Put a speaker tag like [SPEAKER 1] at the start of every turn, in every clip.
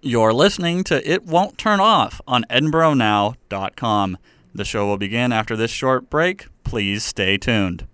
[SPEAKER 1] You're listening to It Won't Turn Off on EdinburghNow.com. The show will begin after this short break. Please stay tuned.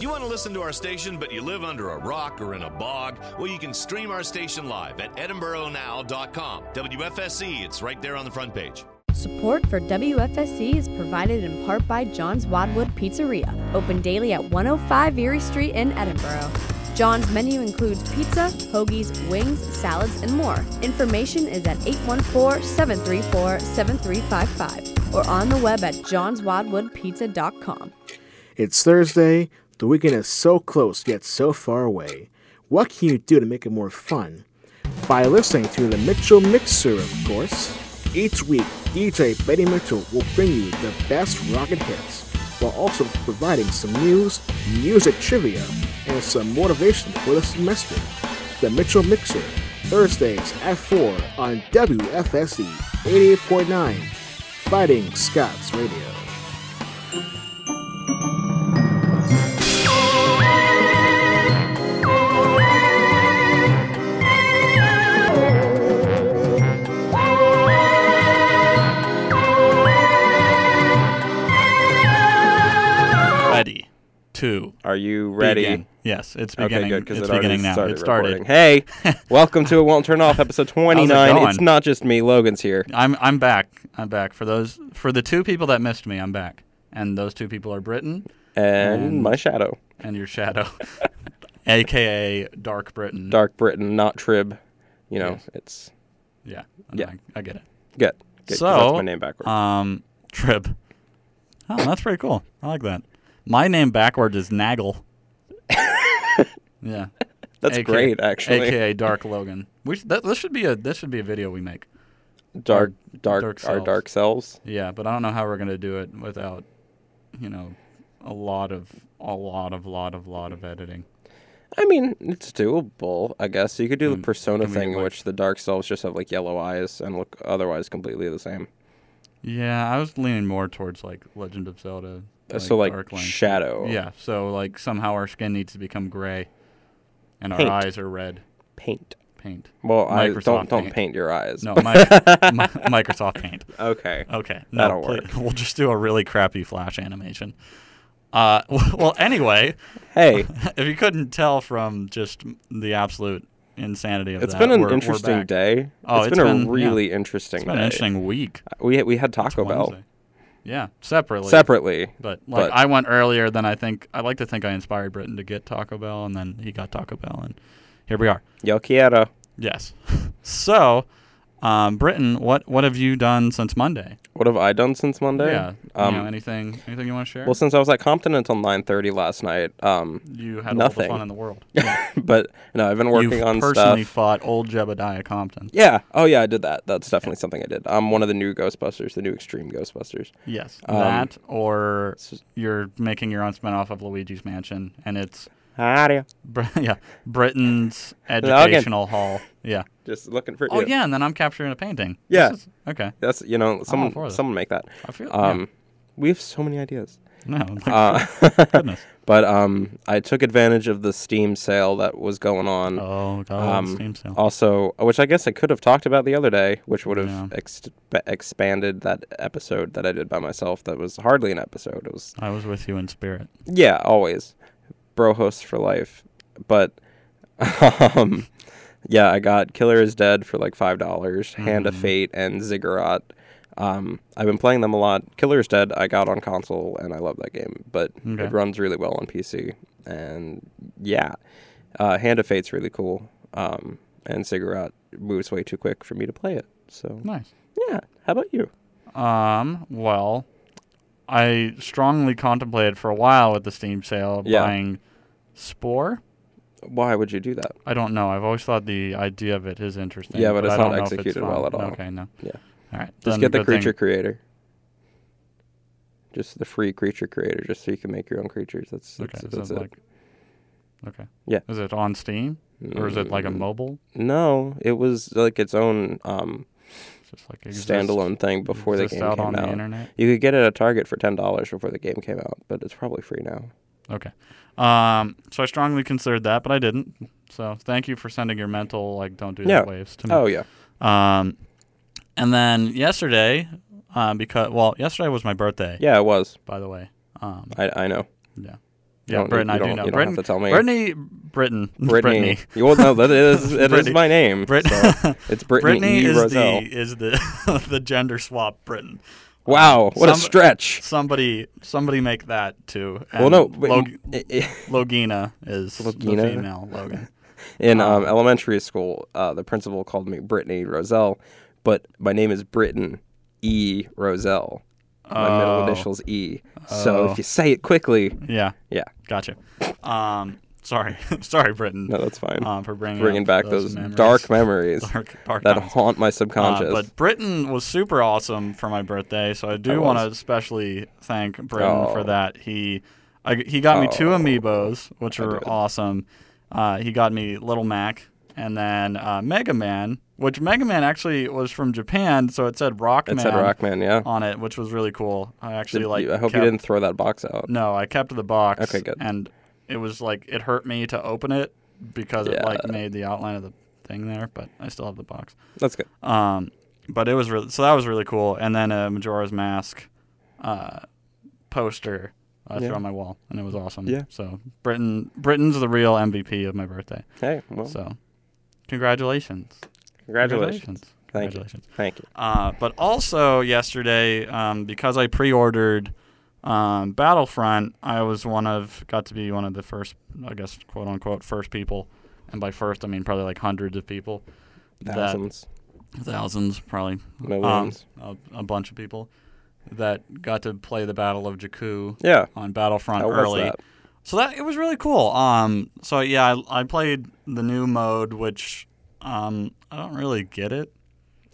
[SPEAKER 2] You want to listen to our station, but you live under a rock or in a bog? Well, you can stream our station live at edinburghnow.com. WFSC, E, it's right there on the front page.
[SPEAKER 3] Support for WFSC is provided in part by John's Wadwood Pizzeria, open daily at 105 Erie Street in Edinburgh. John's menu includes pizza, hoagies, wings, salads, and more. Information is at 814-734-7355 or on the web at johnswadwoodpizza.com.
[SPEAKER 4] It's Thursday. The weekend is so close yet so far away. What can you do to make it more fun? By listening to the Mitchell Mixer, of course. Each week, DJ Betty Mitchell will bring you the best rocket hits, while also providing some news, music trivia, and some motivation for the semester. The Mitchell Mixer, Thursdays at 4 on WFSE 88.9, Fighting Scots Radio.
[SPEAKER 1] Ready, two,
[SPEAKER 5] Are you ready?
[SPEAKER 1] begin. Yes, it's beginning.
[SPEAKER 5] Okay, good because
[SPEAKER 1] it's
[SPEAKER 5] it already
[SPEAKER 1] beginning now.
[SPEAKER 5] started.
[SPEAKER 1] it started.
[SPEAKER 5] recording. Hey, welcome to It Won't Turn Off, episode 29.
[SPEAKER 1] going?
[SPEAKER 5] it's not just me. Logan's here.
[SPEAKER 1] I'm I'm back. I'm back for those for the two people that missed me. I'm back, and those two people are Britain
[SPEAKER 5] And
[SPEAKER 1] And-
[SPEAKER 5] my shadow.
[SPEAKER 1] and your shadow, aka Dark Britain.
[SPEAKER 5] Dark Britain, not Trib. You know,
[SPEAKER 1] Yes.
[SPEAKER 5] it's
[SPEAKER 1] Yeah,
[SPEAKER 5] Yeah.
[SPEAKER 1] I, I get it.
[SPEAKER 5] good. good 'cause
[SPEAKER 1] So,
[SPEAKER 5] that's my name backwards.
[SPEAKER 1] Um, Trib. Oh, that's pretty cool. I like that. My name backwards is Naggle. yeah,
[SPEAKER 5] that's
[SPEAKER 1] AKA
[SPEAKER 5] great, actually.
[SPEAKER 1] aka Dark Logan. We sh- that, this should be a this should be a video we make.
[SPEAKER 5] dark, dark,
[SPEAKER 1] dark
[SPEAKER 5] our
[SPEAKER 1] selves.
[SPEAKER 5] dark selves.
[SPEAKER 1] Yeah, but I don't know how we're gonna do it without, you know, a lot of a lot of lot of lot of editing.
[SPEAKER 5] I mean, it's doable, I guess. You could do the persona
[SPEAKER 1] can we,
[SPEAKER 5] thing in
[SPEAKER 1] Mm, like-
[SPEAKER 5] which the dark selves just have like yellow eyes and look otherwise completely the same.
[SPEAKER 1] Yeah, I was leaning more towards like Legend of Zelda.
[SPEAKER 5] Uh, so like
[SPEAKER 1] Darkling.
[SPEAKER 5] shadow.
[SPEAKER 1] Yeah, so like somehow our skin needs to become gray, and
[SPEAKER 5] Paint.
[SPEAKER 1] our eyes are red
[SPEAKER 5] Paint.
[SPEAKER 1] paint.
[SPEAKER 5] Well, I
[SPEAKER 1] Microsoft
[SPEAKER 5] don't don't
[SPEAKER 1] Paint.
[SPEAKER 5] paint your eyes.
[SPEAKER 1] No, Oh. mi- mi- Microsoft Paint.
[SPEAKER 5] Okay.
[SPEAKER 1] Okay,
[SPEAKER 5] That'll
[SPEAKER 1] pla-
[SPEAKER 5] work.
[SPEAKER 1] We'll just do a really crappy Flash animation. Uh, well, anyway,
[SPEAKER 5] Hey,
[SPEAKER 1] if you couldn't tell from just the absolute insanity of
[SPEAKER 5] It's
[SPEAKER 1] that,
[SPEAKER 5] been an
[SPEAKER 1] we're- we're
[SPEAKER 5] interesting
[SPEAKER 1] back.
[SPEAKER 5] day.
[SPEAKER 1] Oh,
[SPEAKER 5] it's
[SPEAKER 1] it's
[SPEAKER 5] been,
[SPEAKER 1] been-
[SPEAKER 5] a
[SPEAKER 1] yeah.
[SPEAKER 5] really interesting
[SPEAKER 1] It's been an
[SPEAKER 5] day.
[SPEAKER 1] interesting week.
[SPEAKER 5] We we had Taco Bell
[SPEAKER 1] Wednesday. Yeah, separately.
[SPEAKER 5] separately.
[SPEAKER 1] But like
[SPEAKER 5] but-
[SPEAKER 1] I went earlier than I think I like to think I inspired Britain to get Taco Bell and then he got Taco Bell and here we are.
[SPEAKER 5] Yo quiero.
[SPEAKER 1] Yes. so, um, Britain, what what have you done since Monday?
[SPEAKER 5] What have I done since Monday?
[SPEAKER 1] Yeah.
[SPEAKER 5] Um,
[SPEAKER 1] you know, anything anything you want to share?
[SPEAKER 5] well, since I was at Compton until 9:30 last night. Um,
[SPEAKER 1] you had all
[SPEAKER 5] nothing.
[SPEAKER 1] the fun in the world. Yeah.
[SPEAKER 5] but no, I've been working
[SPEAKER 1] You've
[SPEAKER 5] on
[SPEAKER 1] personally
[SPEAKER 5] stuff.
[SPEAKER 1] fought old Jebediah Compton.
[SPEAKER 5] Yeah. Oh yeah, I did that. That's definitely something I did. I'm one of the new Ghostbusters, the new Extreme Ghostbusters.
[SPEAKER 1] Yes.
[SPEAKER 5] Um,
[SPEAKER 1] that or
[SPEAKER 5] s-
[SPEAKER 1] you're making your own spinoff of Luigi's Mansion and it's
[SPEAKER 5] Hiya.
[SPEAKER 1] Br- yeah, Britain's
[SPEAKER 5] again.
[SPEAKER 1] educational hall. Yeah.
[SPEAKER 5] Just looking for
[SPEAKER 1] Oh
[SPEAKER 5] you.
[SPEAKER 1] yeah, and then I'm capturing a painting. This
[SPEAKER 5] Yeah.
[SPEAKER 1] is- okay.
[SPEAKER 5] That's you know
[SPEAKER 1] for
[SPEAKER 5] someone
[SPEAKER 1] that.
[SPEAKER 5] someone make that.
[SPEAKER 1] I feel- yeah.
[SPEAKER 5] Um, we have so many ideas.
[SPEAKER 1] No. Like,
[SPEAKER 5] Uh,
[SPEAKER 1] goodness.
[SPEAKER 5] But um, I took advantage of the Steam sale that was going on.
[SPEAKER 1] Oh god.
[SPEAKER 5] um,
[SPEAKER 1] Steam sale.
[SPEAKER 5] Also, which I guess I could have talked about the other day, which would have
[SPEAKER 1] Yeah.
[SPEAKER 5] exp- expanded that episode that I did by myself. That was hardly an episode. It was
[SPEAKER 1] I was with you in spirit.
[SPEAKER 5] yeah, always bro host for life. But um, yeah, I got Killer is Dead for like five dollars, Hand
[SPEAKER 1] Mm.
[SPEAKER 5] of Fate, and Ziggurat. Um, I've been playing them a lot. Killer is Dead I got on console and I love that game, but
[SPEAKER 1] Okay.
[SPEAKER 5] it runs really well on PC. And yeah, uh, Hand of Fate's really cool. Um, and Ziggurat moves way too quick for me to play it. So
[SPEAKER 1] Nice.
[SPEAKER 5] yeah, how about you?
[SPEAKER 1] Um. Well, I strongly contemplated for a while with the Steam sale
[SPEAKER 5] Yeah.
[SPEAKER 1] buying Spore.
[SPEAKER 5] Why would you do that?
[SPEAKER 1] I don't know. I've always thought the idea of it is interesting.
[SPEAKER 5] Yeah, but it's
[SPEAKER 1] I
[SPEAKER 5] not
[SPEAKER 1] don't know if
[SPEAKER 5] executed
[SPEAKER 1] fun.
[SPEAKER 5] well at all.
[SPEAKER 1] Okay. No.
[SPEAKER 5] Yeah.
[SPEAKER 1] All right.
[SPEAKER 5] Just
[SPEAKER 1] then
[SPEAKER 5] get the
[SPEAKER 1] good thing-
[SPEAKER 5] creature creator. Just the free creature creator, just so you can make your own creatures. That's that's,
[SPEAKER 1] Okay. so it's
[SPEAKER 5] that's it.
[SPEAKER 1] like. Okay.
[SPEAKER 5] Yeah. Mm.
[SPEAKER 1] Is it on Steam or is it like a mobile?
[SPEAKER 5] no, it was like its own um,
[SPEAKER 1] It's Just like exists-
[SPEAKER 5] standalone thing before the
[SPEAKER 1] exists
[SPEAKER 5] game
[SPEAKER 1] out
[SPEAKER 5] came
[SPEAKER 1] on
[SPEAKER 5] out.
[SPEAKER 1] the internet.
[SPEAKER 5] You could get it at Target for ten dollars before the game came out, but it's probably free now.
[SPEAKER 1] Okay. Um, so I strongly considered that, but I didn't. So thank you for sending your mental like don't do
[SPEAKER 5] Yeah.
[SPEAKER 1] that waves to me.
[SPEAKER 5] Oh yeah.
[SPEAKER 1] Um, and then yesterday, um, because well, yesterday was my birthday.
[SPEAKER 5] Yeah, it was.
[SPEAKER 1] By the way. Um,
[SPEAKER 5] I I know.
[SPEAKER 1] yeah.
[SPEAKER 5] You
[SPEAKER 1] Yeah,
[SPEAKER 5] don't-
[SPEAKER 1] Britain.
[SPEAKER 5] you
[SPEAKER 1] I do
[SPEAKER 5] don't-
[SPEAKER 1] know.
[SPEAKER 5] you don't
[SPEAKER 1] Britain,
[SPEAKER 5] have to tell me.
[SPEAKER 1] Brittany. Britain.
[SPEAKER 5] Brittany. You will know that is it is
[SPEAKER 1] Brittany.
[SPEAKER 5] my name.
[SPEAKER 1] Brit-
[SPEAKER 5] so it's Brittany,
[SPEAKER 1] Brittany
[SPEAKER 5] E.
[SPEAKER 1] is
[SPEAKER 5] Roselle.
[SPEAKER 1] the is the the gender swap Britain.
[SPEAKER 5] Wow, what a
[SPEAKER 1] Some-
[SPEAKER 5] stretch.
[SPEAKER 1] Somebody somebody make that too.
[SPEAKER 5] Well,
[SPEAKER 1] And
[SPEAKER 5] no, but
[SPEAKER 1] Log-
[SPEAKER 5] i- i-
[SPEAKER 1] Logina is
[SPEAKER 5] Logina?
[SPEAKER 1] the female Logan.
[SPEAKER 5] in
[SPEAKER 1] Uh-huh.
[SPEAKER 5] um, elementary school, uh, the principal called me Brittany Roselle, but my name is Britton E. Roselle. My middle
[SPEAKER 1] Oh.
[SPEAKER 5] initial's E. So if you say it quickly,
[SPEAKER 1] Yeah,
[SPEAKER 5] yeah,
[SPEAKER 1] gotcha. Um, sorry, sorry, Britain.
[SPEAKER 5] no, that's fine.
[SPEAKER 1] um, for bringing
[SPEAKER 5] Bringing
[SPEAKER 1] up
[SPEAKER 5] back
[SPEAKER 1] those
[SPEAKER 5] those,
[SPEAKER 1] memories.
[SPEAKER 5] dark memories
[SPEAKER 1] Dark- dark
[SPEAKER 5] that
[SPEAKER 1] times.
[SPEAKER 5] haunt my
[SPEAKER 1] Uh,
[SPEAKER 5] subconscious.
[SPEAKER 1] but Britain was super awesome for my birthday, so I
[SPEAKER 5] I
[SPEAKER 1] do want to
[SPEAKER 5] was.
[SPEAKER 1] especially thank Britain
[SPEAKER 5] Oh.
[SPEAKER 1] for that. He I, he got me two
[SPEAKER 5] Oh.
[SPEAKER 1] amiibos, which were
[SPEAKER 5] did.
[SPEAKER 1] awesome. Uh, he got me Little Mac and then uh, Mega Man, which Mega Man actually was from Japan, so it said Rockman,
[SPEAKER 5] it said Rockman, yeah.
[SPEAKER 1] on it, which was really cool. I actually
[SPEAKER 5] Did-
[SPEAKER 1] like.
[SPEAKER 5] I hope
[SPEAKER 1] kept-
[SPEAKER 5] you didn't throw that box out.
[SPEAKER 1] No, I kept the box.
[SPEAKER 5] Okay, good.
[SPEAKER 1] And it was like it hurt me to open it because it
[SPEAKER 5] Yeah.
[SPEAKER 1] like made the outline of the thing there, but I still have the box.
[SPEAKER 5] That's good.
[SPEAKER 1] Um, but it was really so that was really cool. And then a Majora's Mask uh, poster uh, I
[SPEAKER 5] Yeah.
[SPEAKER 1] threw on my wall, and it was awesome.
[SPEAKER 5] Yeah.
[SPEAKER 1] So Britain, Britain's the real MVP of my birthday.
[SPEAKER 5] Hey, well,
[SPEAKER 1] So congratulations,
[SPEAKER 5] congratulations. Thank
[SPEAKER 1] congratulations.
[SPEAKER 5] you. Thank you.
[SPEAKER 1] Uh, but also yesterday, um, because I pre-ordered um, Battlefront, I was one of got to be one of the first, I guess, quote unquote, first people, and by first I mean probably like hundreds of people, that-
[SPEAKER 5] Thousands.
[SPEAKER 1] thousands probably, um,
[SPEAKER 5] Millions.
[SPEAKER 1] a, a bunch of people that got to play the Battle of Jakku
[SPEAKER 5] yeah.
[SPEAKER 1] on Battlefront
[SPEAKER 5] How was
[SPEAKER 1] early.
[SPEAKER 5] that?
[SPEAKER 1] So that it was really cool. Um, so yeah, I, I played the new mode, which um, I don't really get it.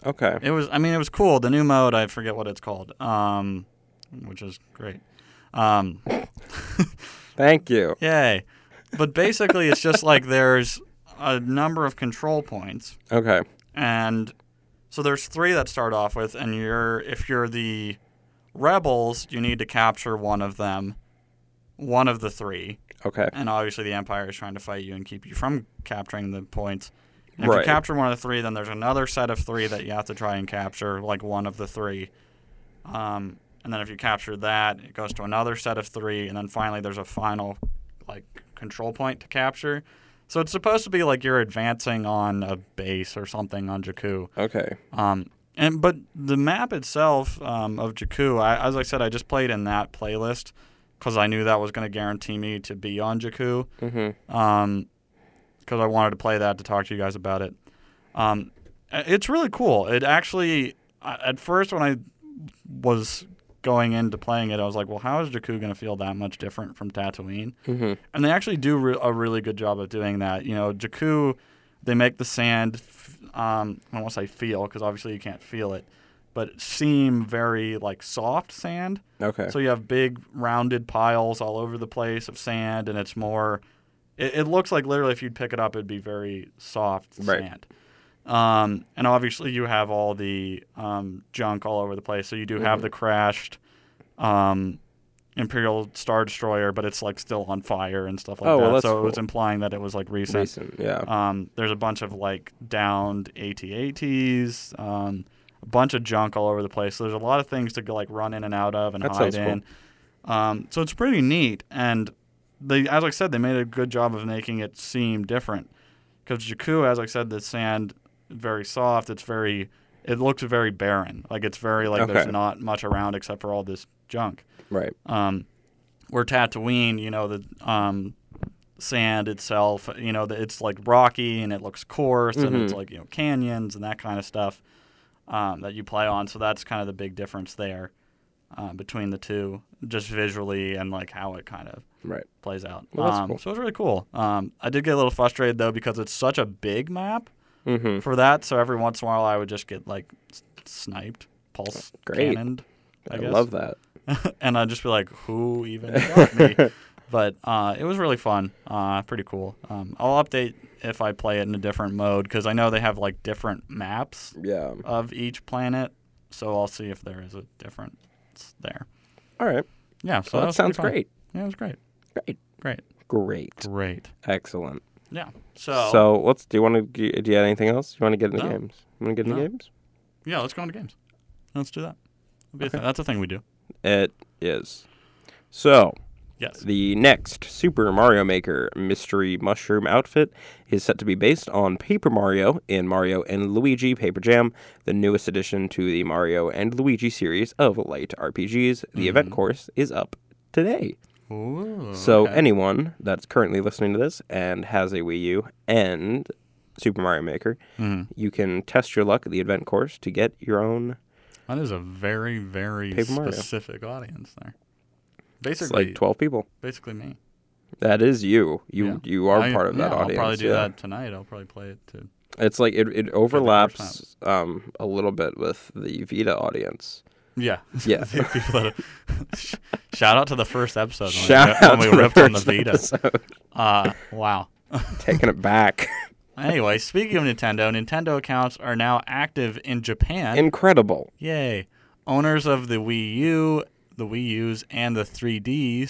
[SPEAKER 5] Okay.
[SPEAKER 1] It was. I mean, it was cool. The new mode. I forget what it's called. Um, which is great. Um,
[SPEAKER 5] Thank you.
[SPEAKER 1] yay. But basically, it's just like there's a number of control points,
[SPEAKER 5] Okay.
[SPEAKER 1] and so there's three that start off with, and you're if you're the rebels, you need to capture one of them, one of the three,
[SPEAKER 5] Okay.
[SPEAKER 1] and obviously the empire is trying to fight you and keep you from capturing the points. And if
[SPEAKER 5] Right.
[SPEAKER 1] you capture one of the three, then there's another set of three that you have to try and capture, like one of the three. Um, and then if you capture that, it goes to another set of three, and then finally there's a final, like control point to capture. So it's supposed to be like you're advancing on a base or something on Jakku.
[SPEAKER 5] Okay.
[SPEAKER 1] Um, and but the map itself um, of Jakku, I, as I said, I just played in that playlist because I knew that was going to guarantee me to be on Jakku. Mm-hmm. because I wanted to play that to talk to you guys about it. Um, i- it's really cool. It actually, I- at first when I was going into playing it, I was like, well, how is Jakku going to feel that much different from Tatooine? Mm-hmm. And they actually do re- a really good job of doing that. You know, Jakku, they make the sand, f- um, I don't want to say feel, because obviously you can't feel it, but seem very like soft sand.
[SPEAKER 5] Okay.
[SPEAKER 1] So you have big rounded piles all over the place of sand, and it's more. It, it looks like literally if you'd pick it up, it'd be very soft
[SPEAKER 5] Right.
[SPEAKER 1] sand. Um, and obviously you have all the um, junk all over the place. So you do
[SPEAKER 5] Mm-hmm.
[SPEAKER 1] have the crashed um, Imperial Star Destroyer, but it's like still on fire and stuff like
[SPEAKER 5] Oh,
[SPEAKER 1] that.
[SPEAKER 5] well, that's
[SPEAKER 1] so it was
[SPEAKER 5] cool.
[SPEAKER 1] implying that it was like recent.
[SPEAKER 5] Recent. Yeah.
[SPEAKER 1] Um, there's a bunch of like downed AT-ATs, um, a bunch of junk all over the place. So there's a lot of things to go, like run in and out of and
[SPEAKER 5] That
[SPEAKER 1] hide
[SPEAKER 5] sounds cool.
[SPEAKER 1] in. Um, so it's pretty neat, and they, as I said, they made a good job of making it seem different. Because Jakku, as I said, the sand very soft. It's very, it looks very barren. Like it's very like there's
[SPEAKER 5] Okay.
[SPEAKER 1] not much around except for all this junk.
[SPEAKER 5] right.
[SPEAKER 1] Um, where Tatooine, you know, the um, sand itself, you know, the, it's like rocky and it looks coarse and
[SPEAKER 5] Mm-hmm.
[SPEAKER 1] it's like, you know, canyons and that kind of stuff um, that you play on. So that's kind of the big difference there uh, between the two, just visually and like how it kind of
[SPEAKER 5] Right.
[SPEAKER 1] plays out.
[SPEAKER 5] Well, that's
[SPEAKER 1] um,
[SPEAKER 5] cool.
[SPEAKER 1] So it was really cool. Um, I did get a little frustrated though because it's such a big map
[SPEAKER 5] Mm-hmm.
[SPEAKER 1] for that. So every once in a while I would just get like s- sniped, pulse
[SPEAKER 5] Great.
[SPEAKER 1] cannoned. I,
[SPEAKER 5] I,
[SPEAKER 1] guess
[SPEAKER 5] love that.
[SPEAKER 1] and I'd just be like, "Who even got me?" But uh, it was really fun, uh, pretty cool. Um, I'll update if I play it in a different mode because I know they have like different maps
[SPEAKER 5] Yeah.
[SPEAKER 1] of each planet, so I'll see if there is a difference there.
[SPEAKER 5] All right.
[SPEAKER 1] Yeah, so
[SPEAKER 5] Well,
[SPEAKER 1] that
[SPEAKER 5] Oh, that
[SPEAKER 1] was pretty
[SPEAKER 5] sounds
[SPEAKER 1] fun.
[SPEAKER 5] great.
[SPEAKER 1] Yeah, it was great.
[SPEAKER 5] Great.
[SPEAKER 1] Great.
[SPEAKER 5] Great.
[SPEAKER 1] Great.
[SPEAKER 5] Excellent.
[SPEAKER 1] Yeah. So,
[SPEAKER 5] So, let's. Do you want to? Do you have anything else? You want to get into
[SPEAKER 1] No.
[SPEAKER 5] games? You want to get into
[SPEAKER 1] No.
[SPEAKER 5] games?
[SPEAKER 1] yeah, let's go into games. Let's do that. That'll be a thing. That's a thing we do.
[SPEAKER 5] It is. So
[SPEAKER 1] Yes.
[SPEAKER 5] the next Super Mario Maker mystery mushroom outfit is set to be based on Paper Mario in Mario and Luigi Paper Jam, the newest addition to the Mario and Luigi series of light RPGs. The event course is up today.
[SPEAKER 1] Mm-hmm. Ooh,
[SPEAKER 5] So
[SPEAKER 1] okay.
[SPEAKER 5] anyone that's currently listening to this and has a Wii U and Super Mario Maker,
[SPEAKER 1] Mm-hmm.
[SPEAKER 5] you can test your luck at the event course to get your own.
[SPEAKER 1] that is a very, very
[SPEAKER 5] Paper Mario.
[SPEAKER 1] specific audience there.
[SPEAKER 5] It's
[SPEAKER 1] Basically,
[SPEAKER 5] like twelve people.
[SPEAKER 1] basically me.
[SPEAKER 5] That is you. You
[SPEAKER 1] Yeah.
[SPEAKER 5] you are
[SPEAKER 1] I-
[SPEAKER 5] part of that
[SPEAKER 1] yeah,
[SPEAKER 5] audience.
[SPEAKER 1] I'll probably do
[SPEAKER 5] yeah.
[SPEAKER 1] that tonight. I'll probably play it too.
[SPEAKER 5] It's like it, it overlaps um, a little bit with the Vita audience.
[SPEAKER 1] Yeah.
[SPEAKER 5] Yeah.
[SPEAKER 1] The people that- Sh- Shout out to the first episode when we,
[SPEAKER 5] Shout
[SPEAKER 1] ri-
[SPEAKER 5] out
[SPEAKER 1] when
[SPEAKER 5] to
[SPEAKER 1] we
[SPEAKER 5] the
[SPEAKER 1] ripped on the
[SPEAKER 5] first
[SPEAKER 1] Vita.
[SPEAKER 5] episode.
[SPEAKER 1] Uh, wow.
[SPEAKER 5] Taking it back.
[SPEAKER 1] Anyway, speaking of Nintendo, Nintendo accounts are now active in Japan.
[SPEAKER 5] Incredible.
[SPEAKER 1] Yay. Owners of the Wii U, the Wii U's, and the 3Ds,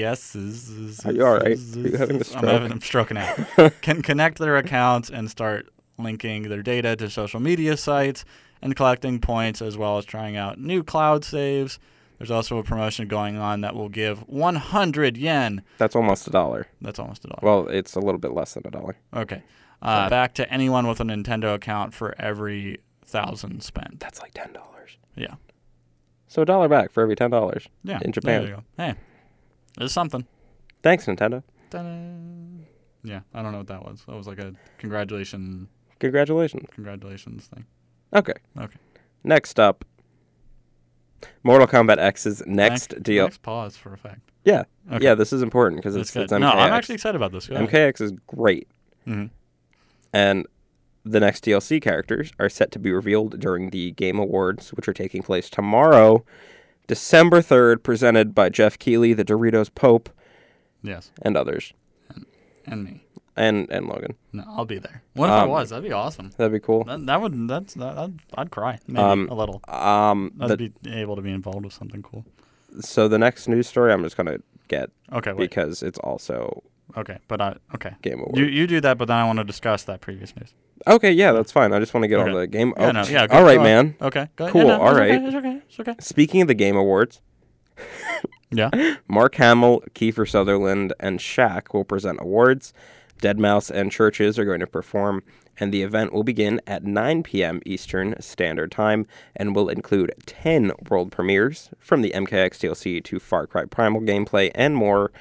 [SPEAKER 1] 3DSs.
[SPEAKER 5] Are you all right? Are you having a
[SPEAKER 1] I'm,
[SPEAKER 5] stroke?
[SPEAKER 1] having, I'm stroking out. can connect their accounts and start linking their data to social media sites and collecting points as well as trying out new cloud saves. There's also a promotion going on that will give 100 yen.
[SPEAKER 5] That's almost a dollar.
[SPEAKER 1] That's almost a dollar.
[SPEAKER 5] Well, it's a little bit less than a dollar.
[SPEAKER 1] Okay. Uh, back to anyone with a Nintendo account for every thousand spent.
[SPEAKER 5] That's like ten dollars.
[SPEAKER 1] Yeah.
[SPEAKER 5] So a dollar back for every ten dollars.
[SPEAKER 1] Yeah.
[SPEAKER 5] In
[SPEAKER 1] There you
[SPEAKER 5] Japan.
[SPEAKER 1] go. Hey, there's something.
[SPEAKER 5] Thanks, Nintendo.
[SPEAKER 1] Ta-da. Yeah, I don't know what that was. That was like a congratulation,
[SPEAKER 5] Congratulations.
[SPEAKER 1] congratulations thing.
[SPEAKER 5] Okay.
[SPEAKER 1] Okay.
[SPEAKER 5] Next up, Mortal Kombat X's next, deal.
[SPEAKER 1] Next pause for effect.
[SPEAKER 5] Yeah.
[SPEAKER 1] Okay.
[SPEAKER 5] Yeah, this is important because
[SPEAKER 1] That's
[SPEAKER 5] it's,
[SPEAKER 1] good.
[SPEAKER 5] it's
[SPEAKER 1] No,
[SPEAKER 5] MKX.
[SPEAKER 1] I'm actually excited about this. Go ahead.
[SPEAKER 5] MKX is great.
[SPEAKER 1] Mhm.
[SPEAKER 5] And the next DLC characters are set to be revealed during the Game Awards, which are taking place tomorrow, December 3rd, presented by Jeff Keighley, the Doritos Pope,
[SPEAKER 1] Yes,
[SPEAKER 5] and others.
[SPEAKER 1] and me.
[SPEAKER 5] And and Logan.
[SPEAKER 1] No, I'll be there. What if I
[SPEAKER 5] Um,
[SPEAKER 1] was? That'd be awesome.
[SPEAKER 5] That'd be cool.
[SPEAKER 1] That, that would that's that, I'd, I'd cry maybe
[SPEAKER 5] Um,
[SPEAKER 1] a little.
[SPEAKER 5] Um,
[SPEAKER 1] I'd
[SPEAKER 5] the-
[SPEAKER 1] be able to be involved with something cool.
[SPEAKER 5] so the next news story I'm just going to get
[SPEAKER 1] Okay, Oh, wait.
[SPEAKER 5] because it's also
[SPEAKER 1] okay, but I okay.
[SPEAKER 5] Game Awards.
[SPEAKER 1] You you do that, but then I want to discuss that previous news.
[SPEAKER 5] Okay, yeah, that's fine. I just want to get all
[SPEAKER 1] Okay.
[SPEAKER 5] the game.
[SPEAKER 1] Yeah, no, yeah. go-
[SPEAKER 5] Oh, all right,
[SPEAKER 1] go on.
[SPEAKER 5] man.
[SPEAKER 1] Okay. Go ahead.
[SPEAKER 5] Cool,
[SPEAKER 1] Yeah, no,
[SPEAKER 5] all
[SPEAKER 1] it's
[SPEAKER 5] right.
[SPEAKER 1] Okay, it's okay. It's okay.
[SPEAKER 5] Speaking of the Game Awards,
[SPEAKER 1] Yeah.
[SPEAKER 5] Mark Hamill, Kiefer Sutherland, and Shaq will present awards. Deadmau5 and Churches are going to perform, and the event will begin at 9 p.m. Eastern Standard Time and will include 10 world premieres from the MKX DLC to Far Cry Primal gameplay and more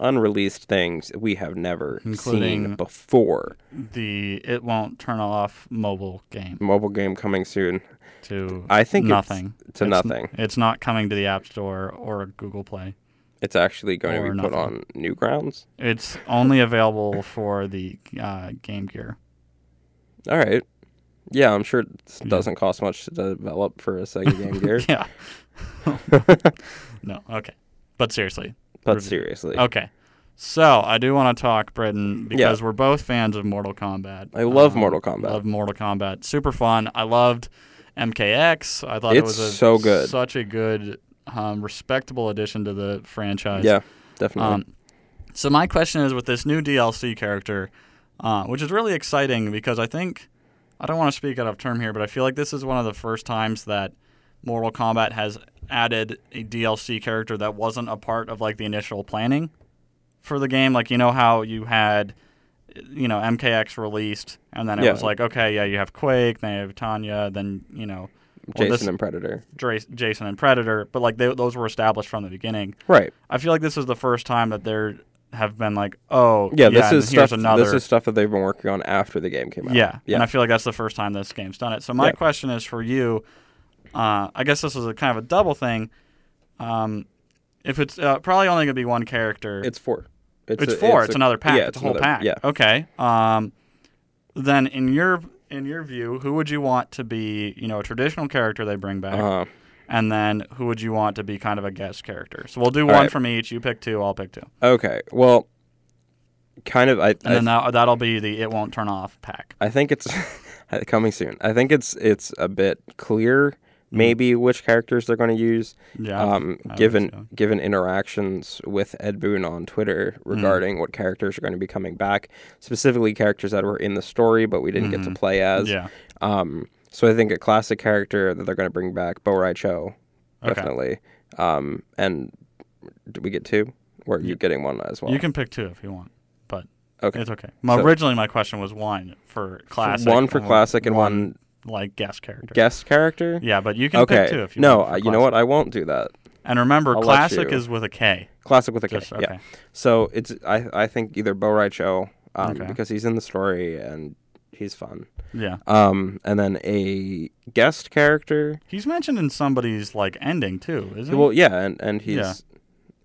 [SPEAKER 5] unreleased things we have never seen
[SPEAKER 1] Including-
[SPEAKER 5] before.
[SPEAKER 1] The it won't turn off mobile game.
[SPEAKER 5] Mobile game coming soon.
[SPEAKER 1] to
[SPEAKER 5] I think it's
[SPEAKER 1] nothing
[SPEAKER 5] to
[SPEAKER 1] It's n-
[SPEAKER 5] nothing.
[SPEAKER 1] It's not coming to the App Store or Google Play.
[SPEAKER 5] It's actually going to
[SPEAKER 1] Or
[SPEAKER 5] be put on
[SPEAKER 1] nothing.
[SPEAKER 5] Newgrounds.
[SPEAKER 1] It's only available for the uh, Game Gear.
[SPEAKER 5] All right. Yeah, I'm sure it doesn't cost much to develop for a Sega Game Gear.
[SPEAKER 1] Yeah. no. Okay. But seriously.
[SPEAKER 5] But
[SPEAKER 1] Review.
[SPEAKER 5] seriously,
[SPEAKER 1] Okay. So I do want to talk, Britain, because we're both fans of Mortal Kombat. Um,
[SPEAKER 5] I love Mortal Kombat.
[SPEAKER 1] Love Mortal Kombat. Super fun. I loved MKX. I thought it
[SPEAKER 5] It's
[SPEAKER 1] was a,
[SPEAKER 5] so good.
[SPEAKER 1] such a good, um, respectable addition to the franchise.
[SPEAKER 5] yeah, definitely.
[SPEAKER 1] Um, so my question is with this new DLC character, uh, which is really exciting because I think I don't want to speak out of term here, but I feel like this is one of the first times that Mortal Kombat has added a DLC character that wasn't a part of like the initial planning for the game. Like you know how you had you know MKX released, and then it
[SPEAKER 5] Yeah.
[SPEAKER 1] was like okay, yeah, you have Quake, then you have Tanya, then you know. well,
[SPEAKER 5] Jason
[SPEAKER 1] this-
[SPEAKER 5] and Predator.
[SPEAKER 1] Dra- Jason and Predator, but like they, those were established from the beginning.
[SPEAKER 5] Right.
[SPEAKER 1] I feel like this is the first time that there have been like, oh,
[SPEAKER 5] Yeah, this
[SPEAKER 1] and
[SPEAKER 5] is
[SPEAKER 1] here's
[SPEAKER 5] stuff.
[SPEAKER 1] another.
[SPEAKER 5] This is stuff that they've been working on after the game came out.
[SPEAKER 1] yeah.
[SPEAKER 5] Yeah.
[SPEAKER 1] and I feel like that's the first time this game's done it. So my
[SPEAKER 5] Yeah.
[SPEAKER 1] question is for you. Uh, I guess this is a kind of a double thing. Um, if it's uh, probably only gonna be one character,
[SPEAKER 5] it's four.
[SPEAKER 1] it's
[SPEAKER 5] a-
[SPEAKER 1] four. It's,
[SPEAKER 5] a-
[SPEAKER 1] another pack.
[SPEAKER 5] Yeah,
[SPEAKER 1] it's a whole
[SPEAKER 5] another-
[SPEAKER 1] pack.
[SPEAKER 5] Yeah.
[SPEAKER 1] Okay. Um, then in your in your view, who would you want to be? You know, a traditional character they bring back.
[SPEAKER 5] Uh,
[SPEAKER 1] And then who would you want to be kind of a guest character? So we'll do
[SPEAKER 5] All
[SPEAKER 1] one
[SPEAKER 5] right.
[SPEAKER 1] from each. You pick two. I'll pick two.
[SPEAKER 5] okay. Well, kind of. I.
[SPEAKER 1] and
[SPEAKER 5] I,
[SPEAKER 1] then that, that'll be the it won't turn off pack.
[SPEAKER 5] I think it's coming soon. I think it's it's a bit clear maybe which characters they're going to use.
[SPEAKER 1] Mm. Yeah,
[SPEAKER 5] Um,
[SPEAKER 1] I would
[SPEAKER 5] given
[SPEAKER 1] assume.
[SPEAKER 5] given interactions with Ed Boon on Twitter
[SPEAKER 1] Mm.
[SPEAKER 5] regarding what characters are going to be coming back, specifically characters that were in the story but we didn't get to play as.
[SPEAKER 1] Mm-hmm. Yeah.
[SPEAKER 5] Um, so I think a classic character that they're going to bring back, Bo Rai Cho,
[SPEAKER 1] Okay.
[SPEAKER 5] definitely. Um, and do we get two? Or are you getting one as well?
[SPEAKER 1] You can pick two if you want, but
[SPEAKER 5] Okay.
[SPEAKER 1] it's okay. My,
[SPEAKER 5] So-
[SPEAKER 1] originally, my question was one for classic,
[SPEAKER 5] one for classic and one
[SPEAKER 1] like guest character.
[SPEAKER 5] guest character.
[SPEAKER 1] yeah, but you can
[SPEAKER 5] Okay.
[SPEAKER 1] pick two if you
[SPEAKER 5] no,
[SPEAKER 1] want. for
[SPEAKER 5] uh, you know
[SPEAKER 1] classic.
[SPEAKER 5] what? I won't do that.
[SPEAKER 1] And remember,
[SPEAKER 5] I'll let
[SPEAKER 1] classic
[SPEAKER 5] you.
[SPEAKER 1] is with a K.
[SPEAKER 5] Classic with a K.
[SPEAKER 1] Just-
[SPEAKER 5] Yeah.
[SPEAKER 1] okay.
[SPEAKER 5] So it's I I think either Bo Rai Cho um,
[SPEAKER 1] Okay.
[SPEAKER 5] because he's in the story and he's fun.
[SPEAKER 1] Yeah,
[SPEAKER 5] Um, and then a guest character.
[SPEAKER 1] he's mentioned in somebody's like ending too, isn't
[SPEAKER 5] Well,
[SPEAKER 1] he?
[SPEAKER 5] yeah, and and he's
[SPEAKER 1] Mm-hmm.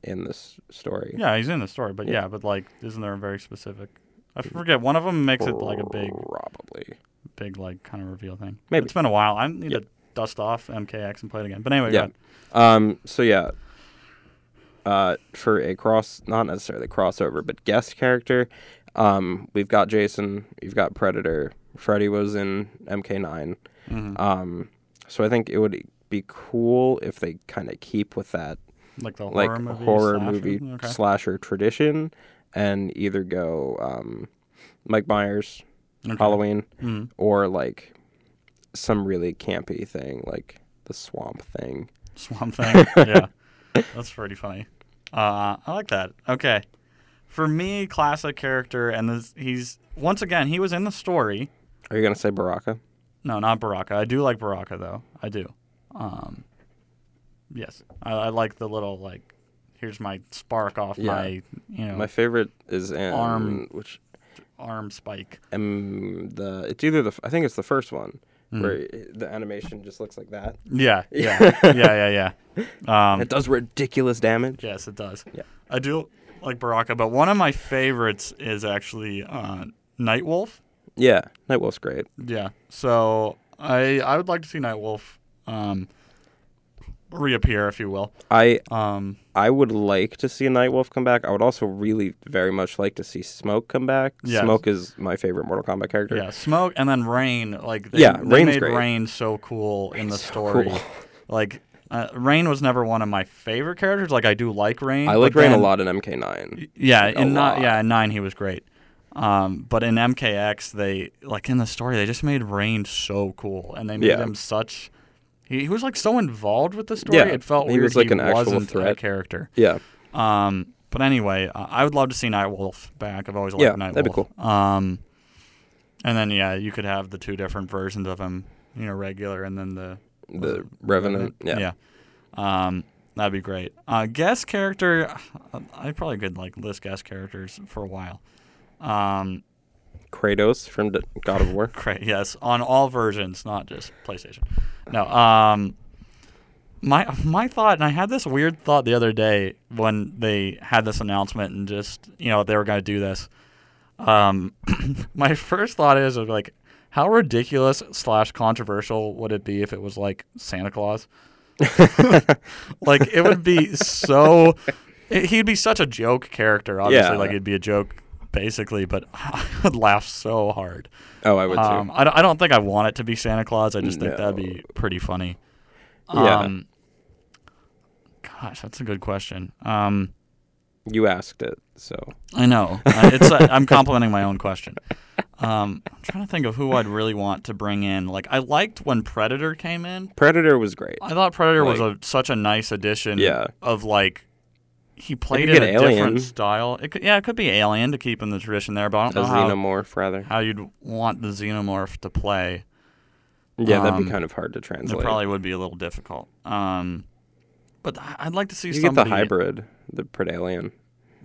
[SPEAKER 1] Yeah.
[SPEAKER 5] in this story.
[SPEAKER 1] Yeah, he's in the story, but yeah. but like, isn't there a very specific? I forget. One of them makes it like a big,
[SPEAKER 5] Probably.
[SPEAKER 1] big like kind of reveal thing.
[SPEAKER 5] Maybe.
[SPEAKER 1] it's been a while. I need
[SPEAKER 5] Yeah.
[SPEAKER 1] to dust off MKX and play it again. But anyway, go
[SPEAKER 5] Yeah.
[SPEAKER 1] ahead.
[SPEAKER 5] Um. So yeah. Uh, for a cross, not necessarily crossover, but guest character, um, we've got Jason, you've got Predator. Freddy was in MK9.
[SPEAKER 1] Mm-hmm.
[SPEAKER 5] Um, so I think it would be cool if they kind of keep with that
[SPEAKER 1] like the
[SPEAKER 5] like
[SPEAKER 1] horror movie,
[SPEAKER 5] horror
[SPEAKER 1] slasher?
[SPEAKER 5] movie
[SPEAKER 1] Okay.
[SPEAKER 5] slasher tradition and either go um, Mike Myers
[SPEAKER 1] Okay.
[SPEAKER 5] Halloween
[SPEAKER 1] Mhm.
[SPEAKER 5] or like some really campy thing like the swamp thing.
[SPEAKER 1] Swamp Thing. yeah, that's pretty funny. Uh, I like that. Okay, for me, classic character, and this, he's once again he was in the story.
[SPEAKER 5] Are you gonna say Baraka?
[SPEAKER 1] No, not Baraka. I do like Baraka though. I do. Um, yes, I, I like the little like. Here's my spark off
[SPEAKER 5] Yeah.
[SPEAKER 1] my you know
[SPEAKER 5] My favorite is in
[SPEAKER 1] Arm.
[SPEAKER 5] which
[SPEAKER 1] arm spike.
[SPEAKER 5] um the it's either the f- I think it's the first one
[SPEAKER 1] Hmm.
[SPEAKER 5] where i- the animation just looks like that.
[SPEAKER 1] Yeah, yeah, yeah, yeah, yeah. Um,
[SPEAKER 5] It does ridiculous damage.
[SPEAKER 1] Yes, it does.
[SPEAKER 5] Yeah.
[SPEAKER 1] I do like Baraka, but one of my favorites is actually uh, Nightwolf.
[SPEAKER 5] Yeah, Nightwolf's great.
[SPEAKER 1] Yeah. So I I would like to see Nightwolf um, reappear, if you will.
[SPEAKER 5] I
[SPEAKER 1] Um,
[SPEAKER 5] I would like to see Nightwolf come back. I would also really very much like to see Smoke come back.
[SPEAKER 1] Yes.
[SPEAKER 5] Smoke is my favorite Mortal Kombat character.
[SPEAKER 1] yeah, Smoke and then Rain. Like they,
[SPEAKER 5] Yeah,
[SPEAKER 1] they
[SPEAKER 5] Rain's
[SPEAKER 1] made
[SPEAKER 5] great.
[SPEAKER 1] Rain so cool in the story.
[SPEAKER 5] cool.
[SPEAKER 1] Like uh, Rain was never one of my favorite characters. Like I do like Rain.
[SPEAKER 5] I
[SPEAKER 1] but
[SPEAKER 5] like Rain a
[SPEAKER 1] then-
[SPEAKER 5] lot in MK9.
[SPEAKER 1] Yeah,
[SPEAKER 5] a
[SPEAKER 1] in
[SPEAKER 5] lot.
[SPEAKER 1] not yeah, in nine he was great. Um, but in MKX they like in the story they just made Rain so cool and they made
[SPEAKER 5] Yeah.
[SPEAKER 1] him such he, he was like so involved with the story
[SPEAKER 5] Yeah,
[SPEAKER 1] it felt
[SPEAKER 5] he
[SPEAKER 1] weird
[SPEAKER 5] was, like,
[SPEAKER 1] he
[SPEAKER 5] an actual
[SPEAKER 1] wasn't a
[SPEAKER 5] threat.
[SPEAKER 1] character.
[SPEAKER 5] Yeah.
[SPEAKER 1] Um, but anyway, uh, I would love to see Nightwolf back. I've always liked
[SPEAKER 5] Yeah,
[SPEAKER 1] Nightwolf.
[SPEAKER 5] that'd be
[SPEAKER 1] cool. Um, and then yeah, you could have the two different versions of him, you know, regular and then the
[SPEAKER 5] The Revenant. Yeah.
[SPEAKER 1] yeah. Um, that'd be great. Uh, guest character, I probably could like list guest characters for a while. Um,
[SPEAKER 5] Kratos from D- God of War.
[SPEAKER 1] great. Yes, on all versions, not just PlayStation. No. Um, my my thought, and I had this weird thought the other day when they had this announcement and just you know they were going to do this. Um, my first thought is of like, how ridiculous slash controversial would it be if it was like Santa Claus? like it would be so. It, he'd be such a joke character, obviously.
[SPEAKER 5] Yeah.
[SPEAKER 1] Like it'd be a joke, basically. But I would laugh so hard.
[SPEAKER 5] Oh, I would
[SPEAKER 1] Um,
[SPEAKER 5] too.
[SPEAKER 1] I, don't- I don't think I want it to be Santa Claus. I just think that'd
[SPEAKER 5] No.
[SPEAKER 1] be pretty funny.
[SPEAKER 5] Yeah.
[SPEAKER 1] Um, gosh, that's a good question. Um,
[SPEAKER 5] You asked it, so
[SPEAKER 1] I know. I- it's i I'm complimenting my own question. Um, I'm trying to think of who I'd really want to bring in. Like I liked when Predator came in.
[SPEAKER 5] Predator was great.
[SPEAKER 1] I thought Predator was
[SPEAKER 5] Like-
[SPEAKER 1] a, such a nice addition.
[SPEAKER 5] Yeah.
[SPEAKER 1] Of like, he played
[SPEAKER 5] could
[SPEAKER 1] in a
[SPEAKER 5] get Alien.
[SPEAKER 1] different style. It could, yeah, it could be Alien to keep in the tradition there, but I
[SPEAKER 5] A
[SPEAKER 1] don't know how,
[SPEAKER 5] xenomorph, rather.
[SPEAKER 1] how you'd want the Xenomorph to play.
[SPEAKER 5] Yeah, that'd
[SPEAKER 1] um,
[SPEAKER 5] be kind of hard to translate.
[SPEAKER 1] It probably would be a little difficult. Um, but I- I'd like to see
[SPEAKER 5] you get the
[SPEAKER 1] somebody.
[SPEAKER 5] hybrid, the Predalien.